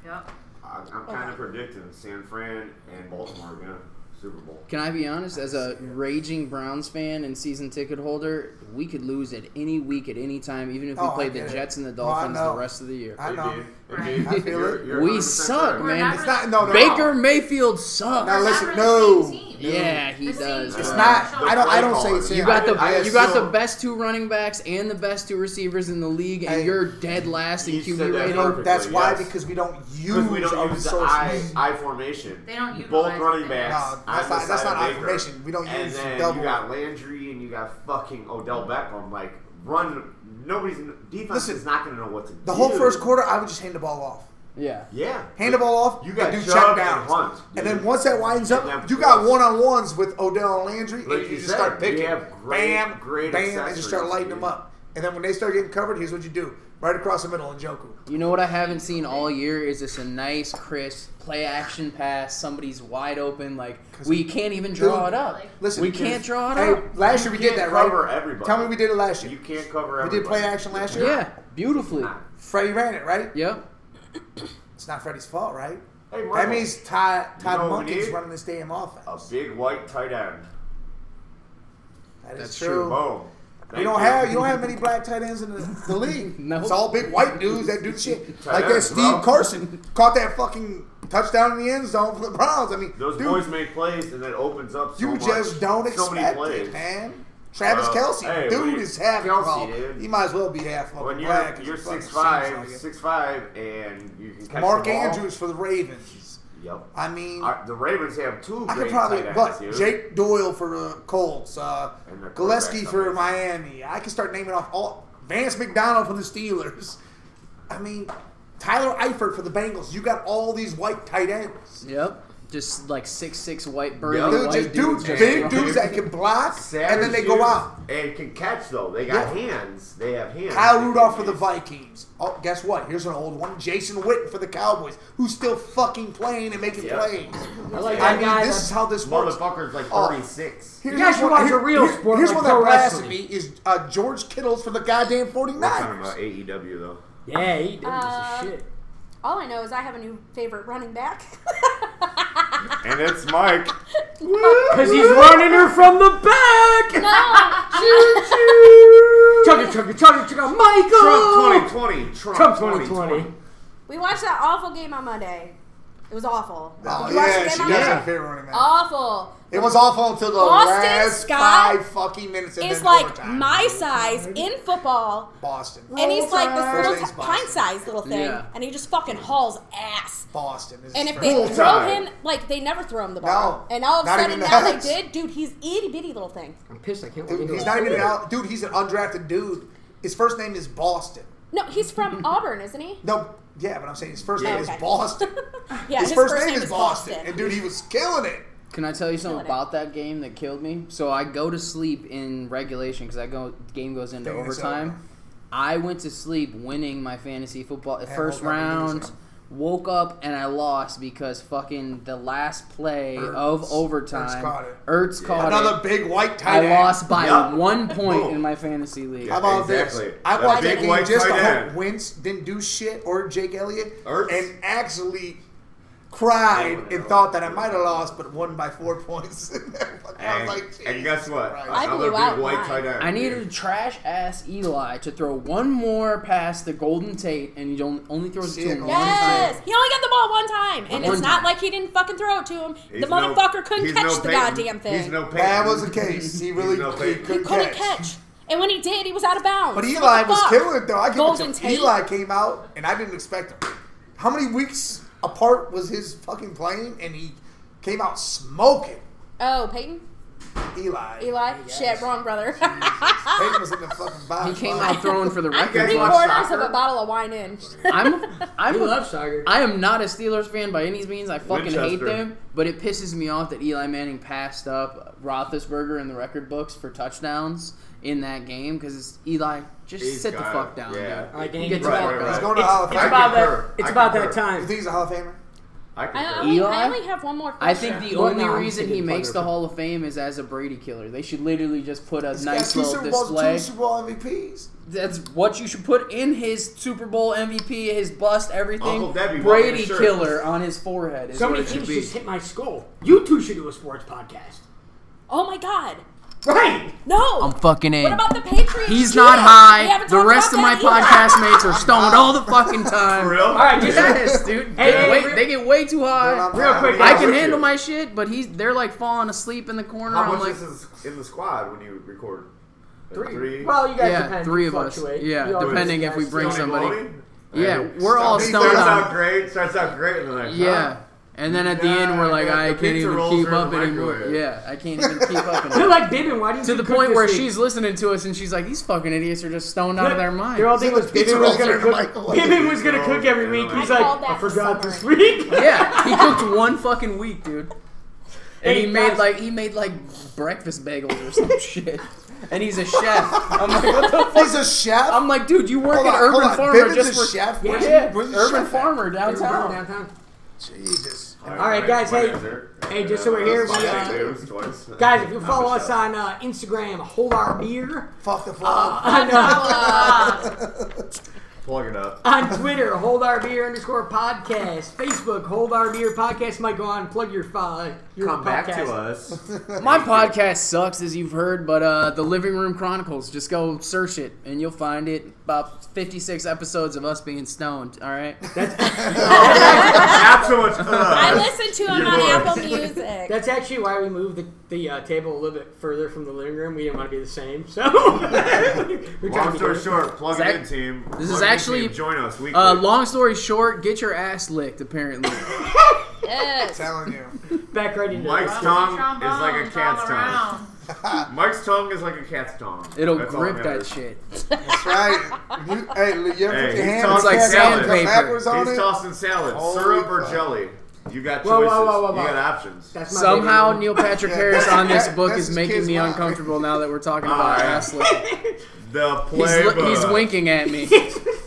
S7: Yep.
S6: I, I'm kind of predicting San Fran and Baltimore again. Super Bowl.
S1: Can I be honest? As a raging Browns fan and season ticket holder, we could lose at any week at any time, even if we
S2: Oh, I
S1: played the
S2: get it.
S1: Jets and the
S2: Oh, I
S1: Dolphins
S2: know.
S1: the rest of the year.
S2: I know.
S6: Indeed. Indeed.
S2: I feel
S6: You're-
S2: it.
S6: you're
S1: We
S6: 100%
S1: suck,
S6: correct.
S7: We're
S1: man.
S7: not
S1: It's
S7: really-
S2: not- no, no.
S1: Baker Mayfield sucks.
S2: Now
S7: We're
S2: listen,
S7: not
S2: no.
S7: really the same team.
S1: Yeah, he
S7: The same
S1: does.
S7: team.
S2: It's
S6: Uh,
S1: bro.
S2: not.
S7: the
S2: I don't. I
S6: play
S2: don't say
S6: calling.
S2: it's him.
S1: You got the
S2: I- I
S1: you got the
S2: assume-
S1: best two running backs and the best two receivers in the league, and
S2: Hey.
S1: you're dead last in
S6: You said
S1: QB
S6: that
S1: rating.
S6: perfect.
S2: That's why
S6: yes.
S2: because we don't use
S6: Because we
S2: our
S6: don't use the
S2: resources.
S6: I, I formation.
S7: They don't
S6: Both
S7: utilize
S6: running
S7: it.
S6: backs.
S2: No,
S6: on
S2: that's
S6: the
S2: not- that's
S6: side of
S2: not our
S6: Baker.
S2: formation. We don't
S6: and
S2: use
S6: then
S2: double.
S6: you got Landry and you got fucking Odell Beckham. Like run, nobody's defense
S2: Listen,
S6: is not going to know what to do.
S2: The whole first quarter, I would just hand the ball off.
S1: Yeah.
S6: Yeah.
S2: Hand the ball off.
S6: You
S2: and
S6: got
S2: do
S6: Chubb
S2: check
S6: and
S2: downs.
S6: Hunt,
S2: And
S6: dude.
S2: then once that winds
S6: And
S2: up,
S6: then
S2: you got
S6: plus-
S2: one on ones with Odell and Landry,
S6: Like
S2: and you,
S6: you
S2: just
S6: said,
S2: start
S6: you
S2: picking.
S6: have great-
S2: bam,
S6: great
S2: bam, and just start
S6: accessories,
S2: lighting
S6: dude.
S2: them up. And then when they start getting covered, here's what you do: right across the middle, and Joku.
S1: You know what I haven't seen all year is just a nice, crisp play action pass. Somebody's wide open. Like we can't even draw
S2: Dude,
S1: it up.
S2: Listen,
S1: we can't draw it
S2: Hey,
S1: up.
S2: last year we did
S6: can't
S2: that, right?
S6: cover everybody.
S2: Tell me we did it last year.
S6: You can't cover
S2: we
S6: everybody.
S2: did play action last year.
S1: Yeah, beautifully.
S2: Freddie ran it, right?
S1: Yep.
S2: It's not Freddie's fault, right?
S6: Hey, Michael,
S2: That means Todd Todd
S6: know what we
S2: Munkin's
S6: need?
S2: running this damn offense.
S6: a big white tight end.
S2: that is
S1: That's
S2: true.
S6: Boom.
S2: You
S6: Thank
S2: don't have you don't have many black tight ends in the, the league.
S1: No.
S2: It's all big white dudes that do the shit.
S6: Tight
S2: like that
S6: ends,
S2: Steve
S6: bro.
S2: Carson caught that fucking touchdown in the end zone for the Browns. I mean,
S6: Those
S2: dude,
S6: boys make plays, and that opens up so
S2: you
S6: much.
S2: just don't
S6: so many
S2: expect
S6: plays.
S2: it, man. Travis
S6: Well,
S2: Kelsey,
S6: hey, when
S2: dude
S6: you-
S2: is half
S6: Kelce,
S2: bro.
S6: dude.
S2: He might as well be half fucking
S6: When you're
S2: black.
S6: you're
S2: It fucking
S6: six five,
S2: seems like it.
S6: six five, and you can catch
S2: Mark
S6: the ball.
S2: Andrews for the Ravens.
S6: Yep.
S2: I mean,
S6: Uh, the Ravens have two
S2: I
S6: great
S2: could probably,
S6: tight ends.
S2: but
S6: dude.
S2: Jake Doyle for the Colts, uh,
S6: And their
S2: Gillespie
S6: quarterback's
S2: for
S6: amazing.
S2: Miami. I can start naming off all Vance McDonald for the Steelers. I mean, Tyler Eifert for the Bengals. You got all these white tight ends.
S1: Yep. Just like six six white burly
S6: Yeah.
S2: Dude,
S1: white
S2: just dudes,
S1: dudes.
S2: big
S6: man.
S2: dudes that can block,
S6: Savage
S2: and then they go
S6: dudes
S2: out.
S6: and can catch though. They got hands. They have hands.
S2: Kyle
S6: They can
S2: Rudolph for the
S6: use.
S2: Vikings. Oh, guess what? Here's an old one. Jason Witten for the Cowboys, who's still fucking playing and making
S6: Yeah.
S2: plays.
S3: I like
S2: I
S3: that guy.
S2: mean, this is how this works.
S6: Motherfuckers like
S2: Oh.
S6: thirty six.
S2: Here's
S3: guys should watch a real sport
S2: Here's
S3: like
S2: one that
S3: pro
S2: blasts me
S3: wrestling.
S2: is uh, George Kittle's for the goddamn 49ers.
S6: Talking about AEW though.
S3: Yeah, he did this
S4: Uh,
S3: shit.
S4: All I know is I have a new favorite running back.
S6: And it's Mike.
S3: Because he's running her from the back! Chugga, chugga, chugga, chugga,
S6: Trump
S3: Michael!
S6: twenty twenty. Trump,
S3: Trump
S6: 2020.
S3: 2020.
S4: we watched that awful game on Monday. It was awful.
S2: Oh,
S4: Did you watch the
S2: yeah, she
S4: game on
S2: does
S4: Monday?
S2: have a favorite running back.
S4: Awful.
S2: it was awful until the
S4: Boston
S2: last
S4: Scott
S2: five fucking minutes. and
S4: It's
S2: then
S4: like
S2: overtime.
S4: my size in football,
S2: Boston.
S4: and he's like this
S2: First
S4: little
S2: name's
S4: t-
S2: Boston.
S4: pint sized little thing,
S1: Yeah.
S4: and he just fucking hauls ass.
S2: Boston. is
S4: And
S2: his
S4: if
S2: first
S4: they
S2: name.
S6: Full
S4: throw
S6: time.
S4: him, like they never throw him the ball,
S2: No,
S4: and all of a
S2: not
S4: sudden
S2: even
S4: now
S2: that.
S4: they did, dude. He's itty bitty little thing.
S3: I'm pissed, I can't
S2: dude,
S3: wait.
S2: he's not even an out, dude. He's an undrafted dude. His first name is Boston.
S4: No, he's from Auburn, isn't he?
S2: No, yeah, but I'm saying his first
S4: Yeah.
S2: name is
S4: Okay.
S2: Boston.
S4: Yeah,
S2: his, first, name, is Boston. and dude, he was killing it.
S1: Can I tell you something
S4: Killing it.
S1: about that game that killed me? So I go to sleep in regulation because that go, game goes into
S2: Thing is over.
S1: overtime. I went to sleep winning my fantasy football the
S2: And
S1: first
S2: woke up and
S1: round.
S2: losing.
S1: Woke up and I lost because fucking the last play
S2: Ertz.
S1: of overtime.
S2: Ertz caught it.
S1: Ertz caught
S2: Another
S1: it.
S2: big white tight
S1: I
S2: end.
S1: lost by
S6: Yup.
S1: one point
S6: Boom.
S1: in my fantasy league.
S2: How about
S6: Exactly.
S2: this? I
S6: That
S2: watched
S6: big
S2: that game
S6: white
S2: just to
S6: tight
S2: hope
S6: end.
S2: Wentz didn't do shit or Jake Elliott
S6: Ertz.
S2: and actually cried
S6: Yeah.
S2: and thought that I might have lost but won by four points. I
S6: And,
S2: was like,
S6: and
S2: Jesus
S6: guess what?
S2: Christ.
S4: I
S6: Another
S4: blew out
S6: big white
S4: mine.
S6: tight end.
S1: I
S6: dude.
S1: needed a trash ass Eli to throw one more pass to Golden Tate, and he don't, only throws it to
S2: Yeah,
S1: him one
S2: Golden
S1: time.
S4: Yes, he only got the ball one time, and
S1: One
S4: it's not
S1: time.
S4: like he didn't fucking throw it to him.
S6: He's
S4: the
S6: no-
S4: motherfucker couldn't
S6: he's
S4: catch
S6: no
S4: the
S6: Peyton.
S4: goddamn thing.
S6: He's no Peyton.
S2: That was the case. He really
S6: no
S2: he
S6: Peyton.
S2: couldn't,
S4: couldn't
S2: catch.
S4: catch. And when he did, he was out of bounds.
S2: But
S4: What
S2: Eli
S4: the
S2: was
S4: fuck?
S2: killing it though. I give
S4: Golden
S2: it to him.
S4: Tate.
S2: Eli came out and I didn't expect him. How many weeks apart was his fucking playing and he came out smoking?
S4: Oh, Peyton?
S2: Eli.
S4: Eli? Shit, wrong brother.
S2: Peyton was in the fucking box.
S1: He came
S2: Wow.
S1: out throwing for the
S6: I
S1: record.
S6: guess-
S4: Three
S6: Watch
S4: quarters of
S6: soccer.
S4: a bottle of wine in.
S1: I'm, I'm,
S3: He loves Sager.
S1: I am not a Steelers fan by any means. I fucking hate
S6: Winchester.
S1: them, but it pisses me off that Eli Manning passed up Roethlisberger in the record books for touchdowns in that game because Eli just
S6: He's
S1: sit the
S6: got
S1: fuck
S6: it.
S1: down,
S6: Yeah.
S1: dude.
S3: All right, gang,
S1: You get
S3: it's
S1: to
S6: Right,
S1: walk
S6: right,
S1: out.
S6: right.
S2: He's going to the Hall of
S3: It's
S2: Fame.
S3: about
S6: concur.
S3: that. It's
S6: I
S3: about that
S6: concur.
S2: You
S3: time.
S2: think he's a Hall of Famer?
S6: I
S4: I
S6: concur.
S4: only,
S1: Eli?
S4: I only have one more
S1: I
S4: question.
S1: think the
S3: Well,
S1: only
S3: no, I'm
S1: reason he
S3: thinking
S1: makes the
S3: Plug River.
S1: Hall of Fame is as a Brady killer. They should literally just put a
S2: He's
S1: nice
S2: got two
S1: little
S2: Super Bowls,
S1: display.
S2: two Super Bowl MVPs.
S1: That's what you should put in his Super Bowl MVP, his bust, everything.
S6: Uncle Debbie wearing
S1: Brady
S6: a shirt.
S1: killer on his forehead is
S3: So
S1: what
S3: many
S1: it should
S3: things
S1: be.
S3: just hit my skull. You two should do a sports podcast.
S4: oh my god.
S3: Right.
S4: No.
S8: I'm fucking in.
S4: what about the Patriots?
S8: He's
S4: cheetah?
S8: not
S4: We
S8: high.
S4: haven't
S8: The
S4: talked
S8: rest of
S4: about
S8: my
S4: that
S8: podcast mates are stoned all the fucking
S6: For
S8: time.
S6: real?
S3: All right, just
S1: Yes, dude. They
S3: Hey, hey,
S1: wait-
S3: re-
S1: they get way too high.
S2: Well,
S6: Real
S2: I'm-
S6: quick,
S1: I
S6: I'm
S1: can
S6: with you.
S1: handle my shit, but he's they're like falling asleep in the corner.
S6: How
S1: I'm
S6: much
S1: like,
S6: is this in the squad when you record? Like
S3: three. Well, you guys
S1: Yeah,
S3: depend.
S1: three
S3: You
S1: of us.
S3: fluctueither.
S1: Yeah,
S3: You always-
S1: depending if we
S3: guys
S1: bring
S3: don't-
S1: some- somebody.
S6: Maloney?
S1: yeah,
S6: Hey,
S1: we're all
S2: He
S1: stoned
S6: Starts
S1: on.
S6: out great. Starts out great. And then like,
S1: Yeah. And then at the end, we're like,
S6: Yeah,
S1: I
S6: the
S1: can't
S6: pizza
S1: even
S6: rolls
S1: keep
S6: are in
S1: up
S6: the
S1: anymore.
S6: microwave.
S1: Yeah, I can't even keep up
S3: They're
S1: anymore.
S3: like Bibbin. Why didn't
S1: To
S3: you
S1: the
S3: cook
S1: point
S3: this
S1: where
S3: week?"
S1: she's listening to us and she's like, these fucking idiots are just stoned out of their minds.
S3: Their whole thing was
S2: Pizza
S3: Bibbin was
S2: rolls are
S3: gonna
S2: in the
S3: cook.
S2: microwave.
S3: Bibbin was gonna cook every week.
S6: I
S3: He's like,
S4: called
S3: I
S4: that
S3: forgot
S4: summer.
S3: this week.
S1: yeah, he cooked one fucking week, dude. And he
S3: Hey,
S1: made
S3: guys.
S1: like he made like breakfast bagels or some shit. And he's a chef. I'm like, what the fuck?
S2: He's a chef.
S1: I'm like, dude, you work
S2: Hold
S1: at
S2: on, hold
S1: Urban
S2: on.
S1: Farmer
S2: Bivens
S1: just
S2: is
S1: for
S2: chef.
S3: Yeah.
S2: Where's he-
S1: Yeah,
S2: where's the
S1: Urban
S2: chef at?
S1: Farmer
S3: They were
S1: downtown.
S3: downtown.
S2: Jesus.
S3: All right, guys, hey- hey, just so we're here, we, uh, Guys, if you follow us on uh, Instagram, hold our beer.
S2: Fuck the fuck.
S3: On, uh,
S6: plug it up.
S3: on Twitter, hold our beer underscore podcast. Facebook, hold our beer podcast. Might go on, plug your uh, your
S6: Come back to
S3: podcast.
S6: us.
S1: My podcast sucks, as you've heard, but uh, the Living Room Chronicles. Just go search it, and you'll find it. About fifty-six episodes of us being stoned. All right.
S6: Not so much.
S4: I
S6: Uh,
S4: listen to him
S6: Your
S4: on
S6: voice.
S4: Apple Music.
S3: That's actually why we moved the, the uh, table a little bit further from the living room. We didn't want to be the same, so we're trying
S6: long
S3: to
S6: story
S3: be-
S6: short, plug
S1: Zach-
S6: it in, team. Plug
S1: is
S6: it in, team.
S1: actually-
S6: join us weekly.
S1: Uh, long story short, get your ass licked. Apparently,
S4: Yes.
S2: telling you.
S3: back right into
S6: Mike's tongue is like a cat's tongue. Mike's tongue is like a cat's tongue.
S1: it'll
S6: That's all
S1: grip that
S6: matters.
S1: shit.
S2: That's right. You, hey, you ever
S6: Hey,
S2: put
S6: he's
S2: your hand
S6: tossed
S2: in
S6: like
S2: the salad,
S6: sandpaper.
S2: come backwards on
S6: He's
S2: it?
S6: tossing salad,
S2: Holy
S6: syrup or
S2: fuck.
S6: jelly. You got choices.
S3: Whoa, whoa, whoa, whoa,
S6: You
S3: whoa.
S6: got options.
S3: That's my baby
S1: Somehow
S3: mama.
S1: Neil Patrick Harris
S2: that's-
S1: on this
S2: that-
S1: book
S2: that's
S1: is
S2: his
S1: making
S2: kid's Ah.
S1: me
S2: mom.
S1: uncomfortable now that we're talking
S6: All
S1: about
S6: right.
S1: ass licking.
S6: The
S1: He's,
S6: playbook.
S1: he's winking at me.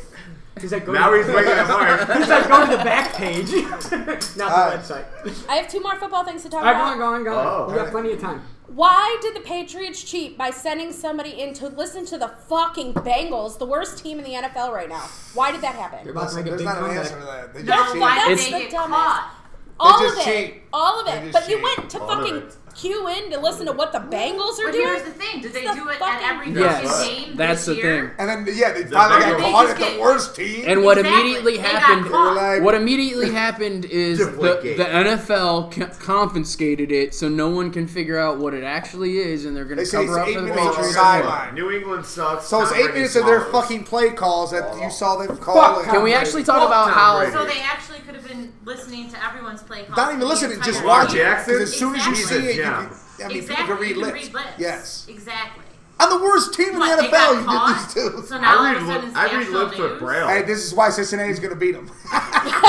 S3: He's like, go
S6: Now
S3: to-
S6: he's making a mark.
S3: He's like, go to the back page, not the
S2: Alright.
S3: website.
S4: I have two more football things to talk
S3: All right, go
S4: about.
S3: on, go on, go
S6: Oh.
S3: on. We got plenty of time.
S4: Why did the Patriots cheat by sending somebody in to listen to the fucking Bengals, the worst team in the NFL right now? Why did that
S3: You're
S4: happen?
S3: about to
S2: Listen,
S3: make a
S2: There's
S3: big
S2: not an
S3: comeback.
S2: answer to that. They
S7: That's
S2: just cheat.
S7: why
S1: It's-
S7: they
S4: the
S7: get
S4: dumbest.
S7: caught.
S4: All of
S2: just
S4: it.
S2: cheat.
S4: All of
S2: They
S4: it.
S2: just
S4: But you
S2: cheat.
S4: went to
S6: All of
S4: fucking
S6: it.
S4: queue in to listen to what the Bengals are
S7: But here's the
S4: doing?
S7: thing: did they
S4: It's the
S7: do it
S4: fucking-
S7: at every
S1: Yes,
S7: fucking game
S1: that's
S7: this
S1: the
S7: year?
S1: thing.
S2: And then, yeah, they finally got
S6: Bengals
S2: caught at
S7: just
S2: the
S7: get-
S2: worst team.
S1: And what
S7: Exactly.
S1: immediately
S7: They got
S1: happened?
S7: caught.
S2: Like-
S1: What immediately happened is the,
S6: Deflategate.
S1: the NFL co- confiscated it, so no one can figure out what it actually is, and they're going
S2: They
S1: to
S2: say
S1: cover
S2: it's
S1: up
S2: eight
S1: for the
S2: minutes on
S1: Patriots.
S2: sideline.
S6: Oh, New England sucks.
S2: so it's
S6: Tom
S2: eight
S6: Brady
S2: minutes of their
S6: swallows.
S2: fucking play calls that you saw them
S3: Fuck
S2: call.
S1: Can we
S3: Tom
S1: actually
S3: Brady.
S1: talk
S6: Fuck
S1: about
S6: Tom
S1: how?
S6: Brady.
S7: So they actually could have been listening to everyone's play. calls
S2: Not
S7: the
S2: even listening, just
S7: entire
S2: watch
S7: game.
S2: it.
S6: Lamar
S2: 'Cause As soon as you see
S7: Exactly.
S2: it, you
S6: Yeah.
S2: can, I mean,
S7: exactly.
S2: people can read
S7: you
S2: lips.
S7: can read lips.
S2: Yes.
S7: Exactly.
S2: On the worst team in the
S7: What, they got
S2: NFL,
S7: caught?
S2: you did these two.
S7: So now all
S6: I read,
S7: of a sudden
S6: lip,
S7: it's
S6: I read
S7: national
S6: lips with
S7: news?
S6: braille.
S2: Hey, this is why Cincinnati's going to beat them.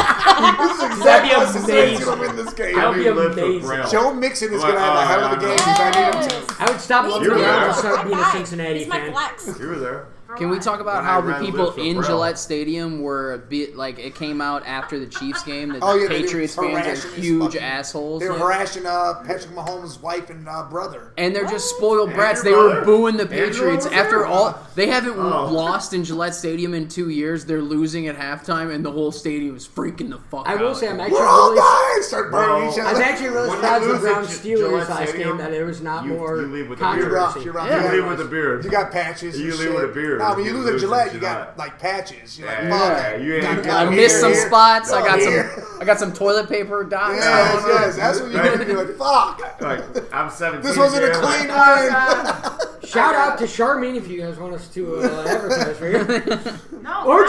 S3: That'd be
S2: Cincinnati's
S3: amazing.
S2: going to win this game.
S6: I
S3: That'd be
S6: read lips with
S3: amazing.
S6: braille.
S2: Joe Mixon is going to have
S6: Uh,
S2: a hell of a game because I need him
S4: Yes.
S2: to.
S3: I would stop
S4: Me
S3: looking
S4: too.
S6: You're
S3: around
S6: right.
S3: and start
S4: High
S3: being a
S4: five.
S3: Cincinnati
S4: He's my
S3: fan.
S4: flex.
S6: You were there.
S7: For
S1: Can we
S7: what?
S1: talk about
S6: And
S1: how
S6: I
S1: the
S6: ran
S1: people
S6: lips with
S1: in
S6: Braille.
S1: Gillette Stadium were a bit like it came out after the Chiefs game that
S2: Oh,
S1: the
S2: yeah, they were
S1: Patriots fans
S2: harassing
S1: are
S2: these
S1: huge
S2: fucking-
S1: assholes,
S2: They were
S1: Yeah.
S2: harassing uh, Patrick Mahomes' wife and uh, brother.
S1: and they're just spoiled brats. They
S6: Andrew
S1: were
S6: Miller?
S1: booing the
S6: Andrew
S1: Patriots
S6: Miller?
S1: after all. They haven't
S6: Oh.
S1: lost in Gillette Stadium in two years. They're losing at halftime, and the whole stadium is freaking the fuck
S3: I
S1: out.
S3: will say, I'm actually
S2: We're all
S3: really.
S2: dying! Start burning
S6: Bro.
S2: each
S3: I was
S2: other.
S3: actually really
S6: When you
S3: surprised the
S6: lose at
S3: Brown
S6: Gi- Gillette
S3: Steelers last
S6: Stadium,
S3: game that there was not
S6: you-
S3: more
S6: you leave with the beer.
S2: You're rough.
S3: controversy.
S2: You're rough.
S1: Yeah.
S6: You
S2: You,
S6: leave with
S2: got,
S6: a beard.
S2: you got patches. and
S6: You leave
S2: shit.
S6: with a beard.
S2: Nah, when you,
S6: You
S2: lose at
S6: lose
S2: Gillette,
S6: with
S2: you got
S6: Gillette.
S2: like patches. You're like,
S6: Yeah.
S2: fuck.
S1: Yeah,
S6: you ain't
S2: got-
S6: got-
S1: I
S2: got
S1: missed
S2: here,
S1: some
S2: here.
S1: spots. I
S2: Got
S1: got
S2: here.
S1: some. I got some toilet paper dots.
S2: Yes, yes, that's when you
S6: Right.
S2: look and you're like, fuck.
S6: Like, I'm 17.
S2: This wasn't a
S6: here.
S2: clean win.
S3: Shout out to Charmin if you guys want us to uh, advertise for you.
S7: No.
S3: Or
S7: not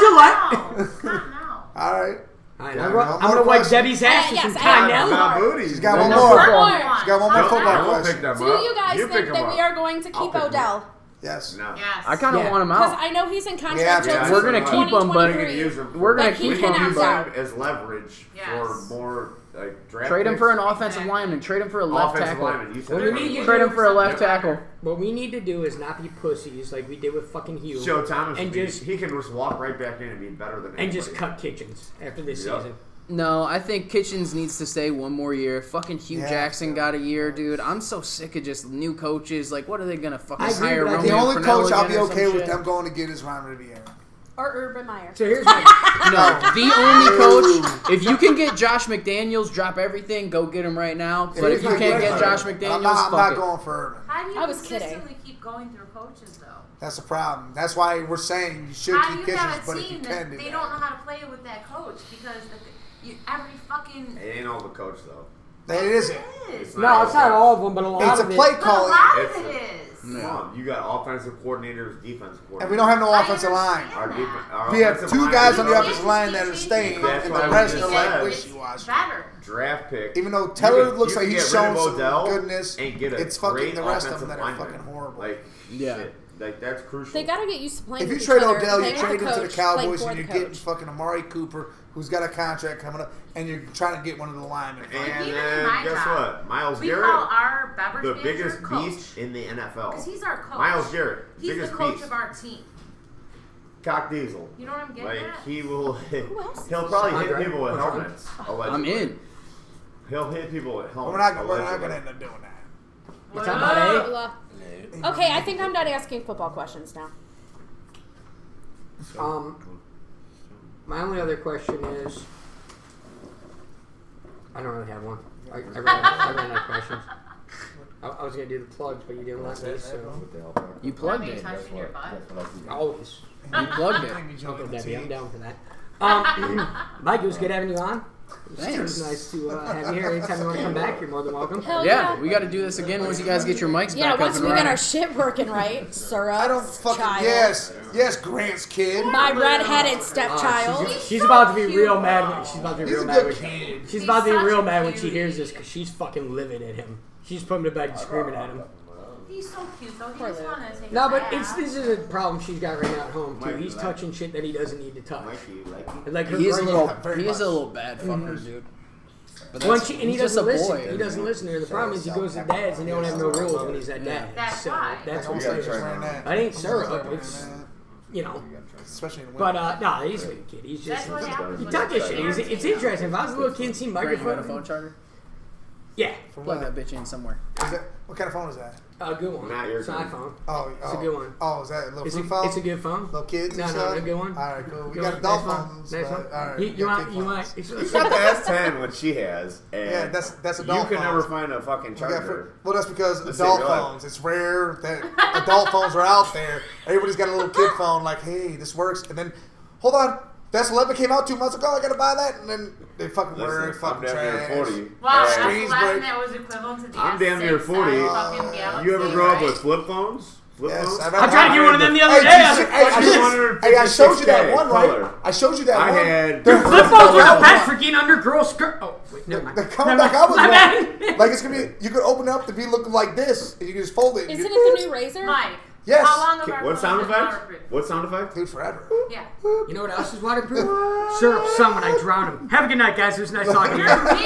S3: Gillette.
S7: now. Not now.
S2: All right.
S3: All right,
S2: Yeah,
S3: I'm,
S2: no
S3: I'm
S2: more
S3: gonna wipe
S2: questions.
S3: Debbie's ass with
S4: Uh,
S3: some
S4: yes, I-
S3: Connell.
S6: My booty.
S2: She's got
S6: No,
S2: one
S6: no,
S2: more.
S6: no.
S4: One more.
S2: She's got one more
S6: No, I
S2: football
S6: won't
S2: question.
S6: pick them
S4: Do
S6: up.
S4: you guys
S6: pick
S4: think
S6: them
S4: that we
S6: up.
S4: are going to keep
S6: I'll pick them
S4: Odell?
S6: up.
S2: Yes.
S6: No.
S7: Yes.
S1: I kind of
S3: Yeah.
S1: want them
S4: Because
S1: out.
S4: I know he's in
S2: Yeah,
S4: contract
S2: yeah.
S4: until
S1: We're gonna keep him, but-
S6: We're gonna use them.
S1: We're gonna
S4: But he
S1: keep
S4: can
S1: him,
S4: opt
S1: but
S4: out.
S6: them as leverage
S7: Yes.
S6: for more like draft.
S1: trade him
S6: picks.
S1: for an offensive
S7: Exactly.
S1: lineman. Trade him for a left
S6: offensive
S1: tackle.
S6: lineman. You said
S3: What do
S6: it
S3: we
S6: right
S3: need
S6: away.
S3: to
S1: Trade him for a left
S7: Something
S1: tackle.
S3: What we need to do is not be pussies like we did with fucking Hugh,
S6: Show Thomas
S3: and
S6: to be-
S3: just
S6: he can just walk right back in and be better than
S3: and
S6: anybody.
S3: just cut kitchens after this
S6: Yep.
S3: season.
S1: No, I think Kitchens needs to stay one more year. Fucking Hugh
S2: Yeah,
S1: Jackson
S2: so-
S1: got a year, dude. I'm so sick of just new coaches. Like, what are they gonna fucking
S3: I agree,
S1: hire?
S3: but I
S1: Roman
S3: think-
S2: The only
S1: Pernell
S2: coach I'll
S1: again
S2: be
S1: or some
S2: okay with
S1: shit?
S2: them going to get is Ron Riviera.
S4: Or Urban Meyer.
S3: So here's my.
S1: No, the only coach. If you can get Josh McDaniels, drop everything, go get him right now. But if
S2: he's
S1: you
S2: not
S1: can't
S2: good
S1: get
S2: for
S1: Josh
S2: Urban,
S1: McDaniels,
S2: I'm not, I'm
S1: fuck
S2: not
S1: it.
S2: going for Urban.
S7: How do you
S4: I was kidding.
S7: consistently keep going through coaches though?
S2: That's the problem. That's why we're saying you should
S7: How do
S2: keep
S7: you
S2: Kitchens,
S7: have a
S2: but if you
S7: team that
S2: can do
S7: they
S2: that.
S7: don't know how to play with that coach because the, you, every fucking
S6: It ain't all the coach though.
S2: That it isn't.
S7: it is.
S3: No, it's not all of them, but a lot
S2: It's a
S3: of it.
S2: play
S7: But a
S2: calling,
S7: lot
S6: It's
S7: of it is.
S6: Come on, you got offensive coordinators, defensive coordinators.
S2: and we don't have no
S7: I
S2: offensive line.
S7: understand.
S6: Our defen- our
S2: We have
S6: offensive
S2: two
S6: line
S2: guys
S6: is
S2: on the
S6: not-
S2: offensive line that are staying,
S6: That's
S2: and
S6: why
S2: the
S6: we
S2: rest
S6: just
S2: are
S6: said
S2: like
S6: it's
S2: wishy-washy.
S7: Better.
S6: draft pick.
S2: Even though
S6: You
S2: Teller
S6: could-
S2: looks
S6: you
S2: like
S6: could
S2: he's
S6: get rid
S2: shown
S6: of
S2: some
S6: Odell
S2: goodness,
S6: and get a
S2: it's fucking
S6: great
S2: the rest of them
S6: offensive
S2: that are
S6: lineman.
S2: fucking horrible.
S6: Like
S1: Yeah.
S6: shit, like that's crucial.
S4: They gotta get used to playing.
S2: If you
S4: with
S2: trade
S4: each other.
S2: Odell, you
S4: They have a
S2: trade him to the
S4: coach, play
S2: Cowboys,
S4: for
S2: and
S4: the
S2: you're getting
S4: coach.
S2: fucking Amari Cooper, who's got a contract coming up, and you're trying to get one of the linemen.
S6: and
S7: even in
S6: then
S7: my
S6: guess
S7: job,
S6: what? Miles
S7: We
S6: Garrett,
S7: call our beverage
S6: the
S7: manager
S6: biggest
S7: coach.
S6: beast in the NFL.
S7: Because he's our coach.
S6: Miles Garrett,
S7: He's the
S6: biggest
S7: coach
S6: beast.
S7: of our team.
S6: Cock Diesel.
S7: You know what I'm getting
S6: Like
S7: at?
S6: he will,
S4: else?
S6: he'll probably hit people with helmets.
S1: I'm
S6: allegedly.
S1: in.
S6: He'll hit people with helmets.
S2: We're not, gonna- we're not
S6: allegedly.
S2: going to end up doing that.
S3: We're talking about A.
S4: Blah. Oh, Okay, I think I'm done asking football questions now.
S3: Um, my only other question is, I don't really have one. I, I ran, out- I ran out of questions. I, I was gonna do the plugs, but you didn't let me. So
S1: You plugged it.
S7: touching your butt.
S3: always,
S1: You plugged it.
S2: Maybe
S3: Uncle
S2: join the
S3: Debbie, I'm
S2: team.
S3: down for that. Um, Mike, it was good having you on. It was
S1: Thanks.
S3: nice to uh, have you here. Anytime you want to come back, you're more than welcome.
S4: Hell
S1: Yeah,
S4: yeah.
S1: we got to do this again once you guys get your mics
S4: Yeah,
S1: back
S4: once
S1: up
S4: we
S1: and
S4: get
S1: running.
S4: our shit working right, syrup.
S2: I don't fucking,
S4: child,
S2: yes, yes, Grant's kid.
S4: My redheaded
S3: Uh,
S1: Oh,
S4: stepchild.
S3: she's, she's
S7: so
S3: about to be
S7: cute.
S3: real mad. When, she's about to be
S2: He's a
S3: real mad.
S2: good
S3: When,
S2: kid.
S3: she's
S7: He's
S3: about to be
S7: such
S3: real
S7: a
S3: mad when she
S7: cutie.
S3: hears this because she's fucking livid at him. She's putting him to bed and screaming at him.
S7: He's so cute though. He
S4: Poor
S7: just
S4: little-
S7: wanted to take a
S3: No, but
S7: bath.
S3: it's this is a problem she's got right now at home too.
S6: Mikey,
S3: He's
S6: like-
S3: touching shit that he doesn't need to touch.
S6: Mikey, you like
S3: And, Like her
S1: He is a
S3: brain-
S1: little.
S2: Very
S1: He is a
S2: much.
S1: little bad fucker, dude. But
S3: When
S1: that's-
S3: she, and he
S1: he's just
S3: doesn't
S1: a
S3: listen.
S1: boy.
S3: He doesn't listen to her. The problem is he goes to dads and they don't have no rules when he's at dad.
S7: That's
S3: so
S7: why.
S3: that's
S2: I'm
S3: what
S2: sorry,
S3: I'm
S6: gotta
S2: just
S6: try
S3: saying.
S2: wearing that.
S3: That ain't
S2: I'm sorry,
S3: syrup,
S2: wearing
S3: it's-
S2: that.
S3: You know.
S2: Especially in the
S3: But
S2: winter.
S3: uh no, he's a good kid. He's just
S7: That's what happens.
S3: he
S7: when
S3: touches shit.
S7: you're
S3: It's, it's
S7: parenting.
S3: interesting. If I was a little kid and seen
S1: Grant, you got a
S3: microphone,
S1: phone charger?
S3: yeah,
S2: For
S1: Plug
S2: what?
S1: that bitch in somewhere.
S2: Is that, what kind of phone is that?
S3: a good one.
S6: Not your
S3: It's an
S6: good
S3: iPhone.
S2: Oh,
S3: It's a
S2: oh.
S3: good one.
S2: Oh, is that a little
S3: It's
S2: flip
S3: a,
S2: phone?
S3: it's a good phone.
S2: Little kids
S3: No,
S2: and
S3: no,
S2: stuff?
S3: no, good one.
S2: All right, cool. We
S3: Good
S2: got
S3: one.
S2: adult
S3: Next one.
S2: phones.
S3: Next
S2: but-
S3: one.
S2: all right,
S3: You,
S2: we
S3: you
S2: got
S3: want?
S2: kid
S3: You
S2: phones.
S3: want?
S6: It's got the S10 when she has, and
S2: Yeah, that's- that's
S6: you
S2: adult
S6: can never
S2: phones.
S6: find a fucking
S2: Yeah,
S6: charger.
S2: for- well, that's because
S6: Let's
S2: adult
S6: see, go ahead.
S2: phones. It's rare that adult phones are out there. Everybody's got a little kid phone. Like, hey, this works. And then, hold on, that's 11 came out two months ago. I gotta buy that. And then they fucking
S6: Listen,
S2: were
S6: I'm
S2: fucking
S6: damn near
S2: trash.
S6: 40.
S7: Wow, that's
S6: and
S2: Screens
S7: the last
S2: break.
S7: that was equivalent to the
S6: I'm damn
S7: S6
S6: near 40.
S7: on fucking
S2: Uh,
S7: Galaxy,
S6: You ever grow up
S7: right?
S6: with flip phones? Flip
S2: Yes,
S6: phones?
S2: I
S3: I
S2: remember-
S3: tried to get one of them the
S2: Hey,
S3: other
S2: did
S3: day.
S2: you
S3: I was
S2: see-
S3: like,
S2: hey, I, just- hey, I showed you that
S6: 156K
S2: one, right?
S6: color.
S2: I showed you that
S6: I
S2: one.
S6: had-
S2: They're
S3: Flip phones
S2: coming
S3: are
S2: out
S3: bad
S2: with
S3: for getting under girl skirt. Oh, wait, never
S2: one.
S3: mind.
S2: They're coming
S3: Never
S2: back out with
S3: mind. My
S2: one.
S3: bad.
S2: Like it's gonna be, you could open it up to be looking like this, and you can just fold it. and
S4: Isn't
S2: you-
S4: it the new razor?
S7: Mike.
S2: Yes.
S7: How long
S6: Okay,
S7: have our
S6: What sound
S7: phones been
S6: effect?
S7: waterproof?
S6: What sound effect?
S2: Dude, forever.
S7: Yeah.
S3: You know what else is waterproof? Syrup, sun when I drown him. Have a good night, guys. It was nice talking to you.
S7: You're mean.